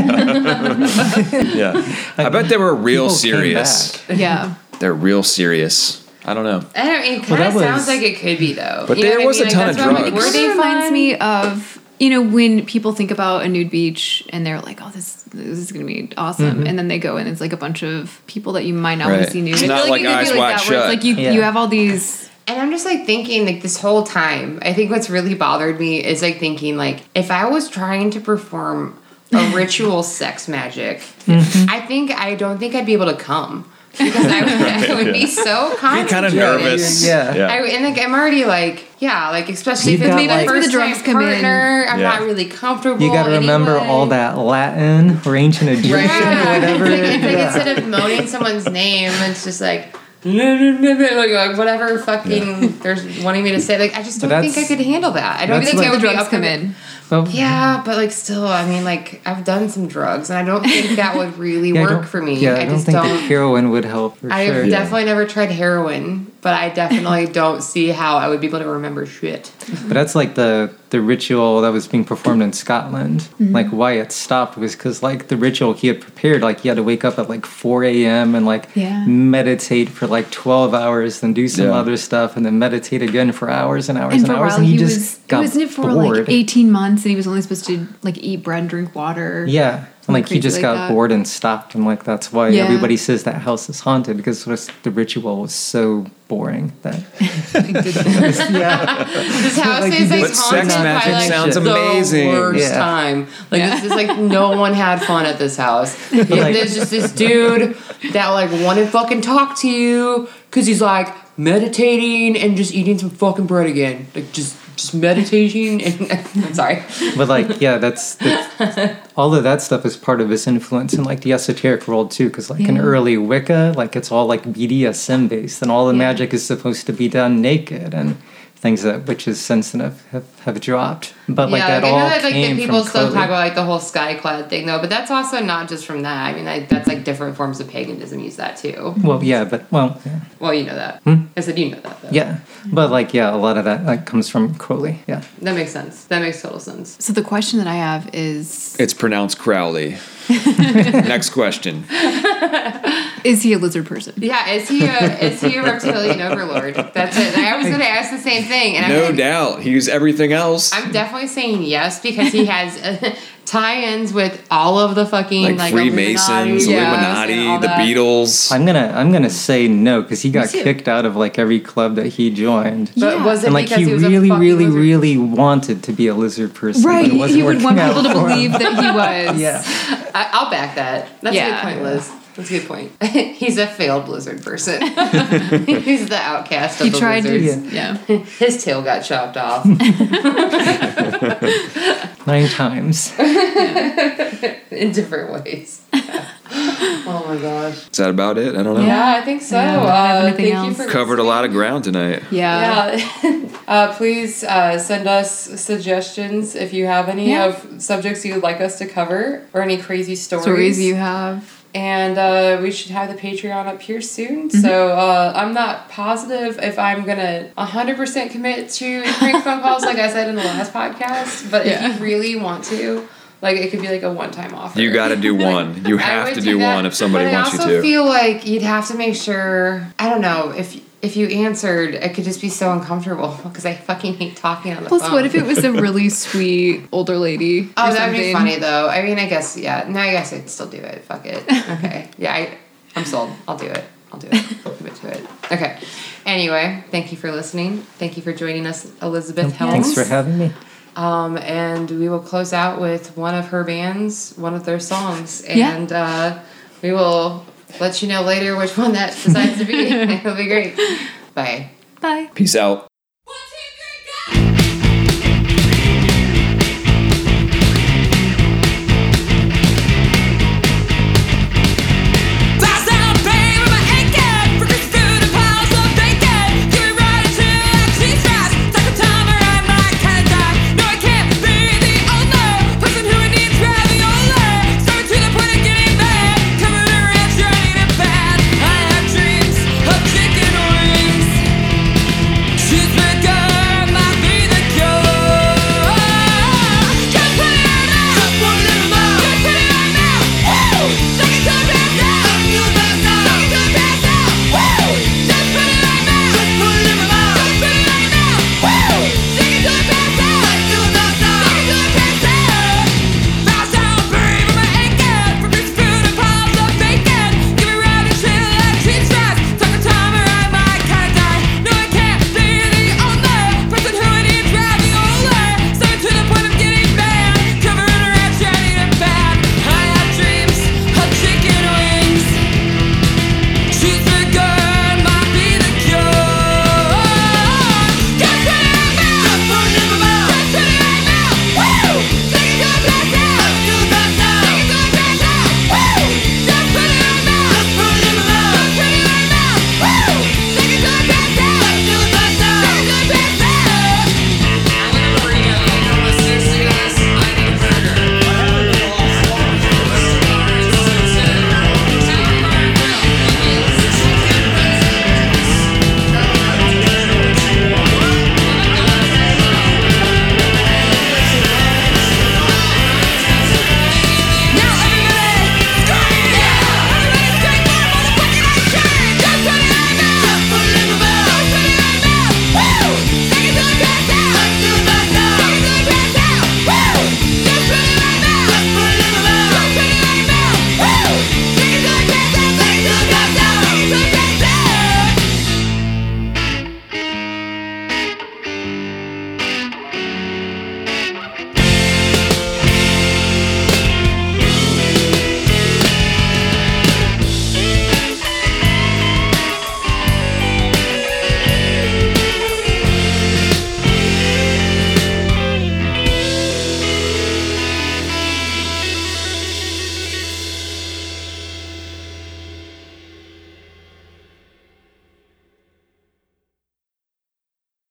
Yeah, I bet they were real
people came
serious.
Yeah.
They're real serious. I don't know.
I don't. It kind
Well,
of
that was-
sounds like it could be though.
But
You know
there
what I
was a
mean? Like,
ton
that's
of
why I'm like,
drugs.
Were
It
they
reminds
fun?
me of you know when people think about a nude beach and they're like, oh, this this is gonna be awesome, and then they go and it's like a bunch of people that you might not want
Mm-hmm. Right.
to see nude.
It's
I feel
not like
it could be
Eyes Wide
where
Shut.
It's like you
Yeah.
you have all these.
And I'm just like thinking, like this whole time, I think what's really bothered me is like thinking, like if I was trying to perform a ritual sex magic,
Mm-hmm.
I think I don't think I'd be able to come because I would, I would be so
I'm kind of
concentrated.
nervous.
Yeah.
I, and like I'm already like yeah like especially
You've
if it's
got,
me
like-
the first
The drugs
time
come in.
partner I'm
Yeah.
not really comfortable.
You got to remember
anyway.
all that Latin, or ancient Egyptian,
Yeah.
or whatever.
It's like, it's like
Yeah.
instead of moaning someone's name, it's just like. like whatever fucking there's wanting me to say like I just
But
don't think I
that's-
could handle that. I don't
that's
think
what-
I
The
would be
drugs
up
come
for-
in.
Well,
Yeah, but like still, I mean, like I've done some drugs, and I don't think that would really
yeah, I
work
don't-
for me.
Yeah, I,
I,
don't
just
think
don't.
the heroin would help. For
I
sure.
have definitely never tried heroin, but I definitely don't see how I would be able to remember shit.
But that's like the the ritual that was being performed in Scotland.
Mm-hmm.
Like why it stopped was because like the ritual he had prepared, like he had to wake up at like four a.m. and like
Yeah.
meditate for like twelve hours, then do some
Yeah.
other stuff, and then meditate again for hours and hours
And
and,
for a
hours,
while
and he,
he
just
was
got
wasn't it for
bored.
like eighteen months, and he was only supposed to like eat bread, and drink water.
yeah, and like he
crazy
just
like
got
that.
bored and stopped, and like that's why
Yeah.
everybody says that house is haunted because it was- the ritual was so boring that
Like, did-
yeah,
This house
Like,
is like
but
haunted
sex
by,
magic
like,
sounds
the
amazing.
Worst
Yeah.
time, like
Yeah.
this is like no one had fun at this house.
like-
There's just this dude that like wanted to fucking talk to you because he's like meditating and just eating some fucking bread again, like just just meditating. And I'm sorry,
but like yeah that's, that's- all of that stuff is part of his influence in like the esoteric world too because like in
Yeah.
early wicca like it's all like bdsm based and all the
Yeah.
magic is supposed to be done naked and things that witches since then have, have, have dropped but like
yeah,
that
like, I
all
know that like
came
the people
from
still
Crowley.
talk about like the whole sky cloud thing though, but that's also not just from that. I mean, like, that's like different forms of paganism use that too.
well yeah but well yeah.
Well, you know that.
Hmm?
I said you know that. Though.
yeah but like yeah a lot of that like comes from Crowley yeah
that makes sense. That makes total sense.
so the question that I have is:
It's pronounced Crowley. Next question.
Is he a lizard person?
Yeah, is he a is he a reptilian overlord? That's it. I was gonna ask the same thing, and
No
I'm, gonna-
doubt, he's everything else.
I'm definitely saying yes because he has uh, tie-ins with all of the fucking
like,
like,
Freemasons,
yeah,
Illuminati,
and all
the
that.
Beatles.
I'm gonna I'm gonna say no because he got
too.
kicked out of like every club that he joined
But
Yeah.
was it
and like
because
he,
he, was
really
a fucking
really
lizard?
really wanted to be a lizard person but
Right,
it wasn't
he would
working
want
out
people to
for him.
believe that he was.
yeah
I, I'll back that. That's
Yeah.
a good point, Liz. That's a good point. He's a failed lizard person. He's the outcast of
He
the
tried to,
lizards.
yeah.
His tail got chopped off.
nine times.
in different ways. oh my gosh.
Is that about it? I don't know.
Yeah, I think so.
Yeah, I don't have
Uh,
anything
thank you
else.
for
Covered a lot of ground tonight.
Yeah.
Yeah. uh, please uh, send us suggestions if you have any
Yeah.
of subjects you would like us to cover or any crazy stories.
Stories you have.
and uh, we should have the Patreon up here soon.
Mm-hmm.
So uh, I'm not positive if I'm gonna 100% commit to prank phone calls, like I said in the last podcast. But if you really want to, like it could be like a one-time offer.
You got to do one. You
I
have
would
to do
that,
one if somebody
but
wants you
I also
to.
feel like you'd have to make sure. I don't know if if you answered, it could just be so uncomfortable because I fucking hate talking on the
Plus,
phone.
what if it was a really sweet older lady? or
Oh, that'd be
something?
funny though. I mean, I guess yeah. No, I guess I'd still do it. Fuck it. Okay. yeah, I, I'm sold. I'll do it. I'll do it. I'll commit to it. Okay. Anyway, thank you for listening. Thank you for joining us, Elizabeth
Thanks
Helms.
for having me.
Um, and we will close out with one of her bands, one of their songs,
Yeah.
and uh, we will let you know later which one that decides to be. It'll be great. Bye.
Bye.
Peace out.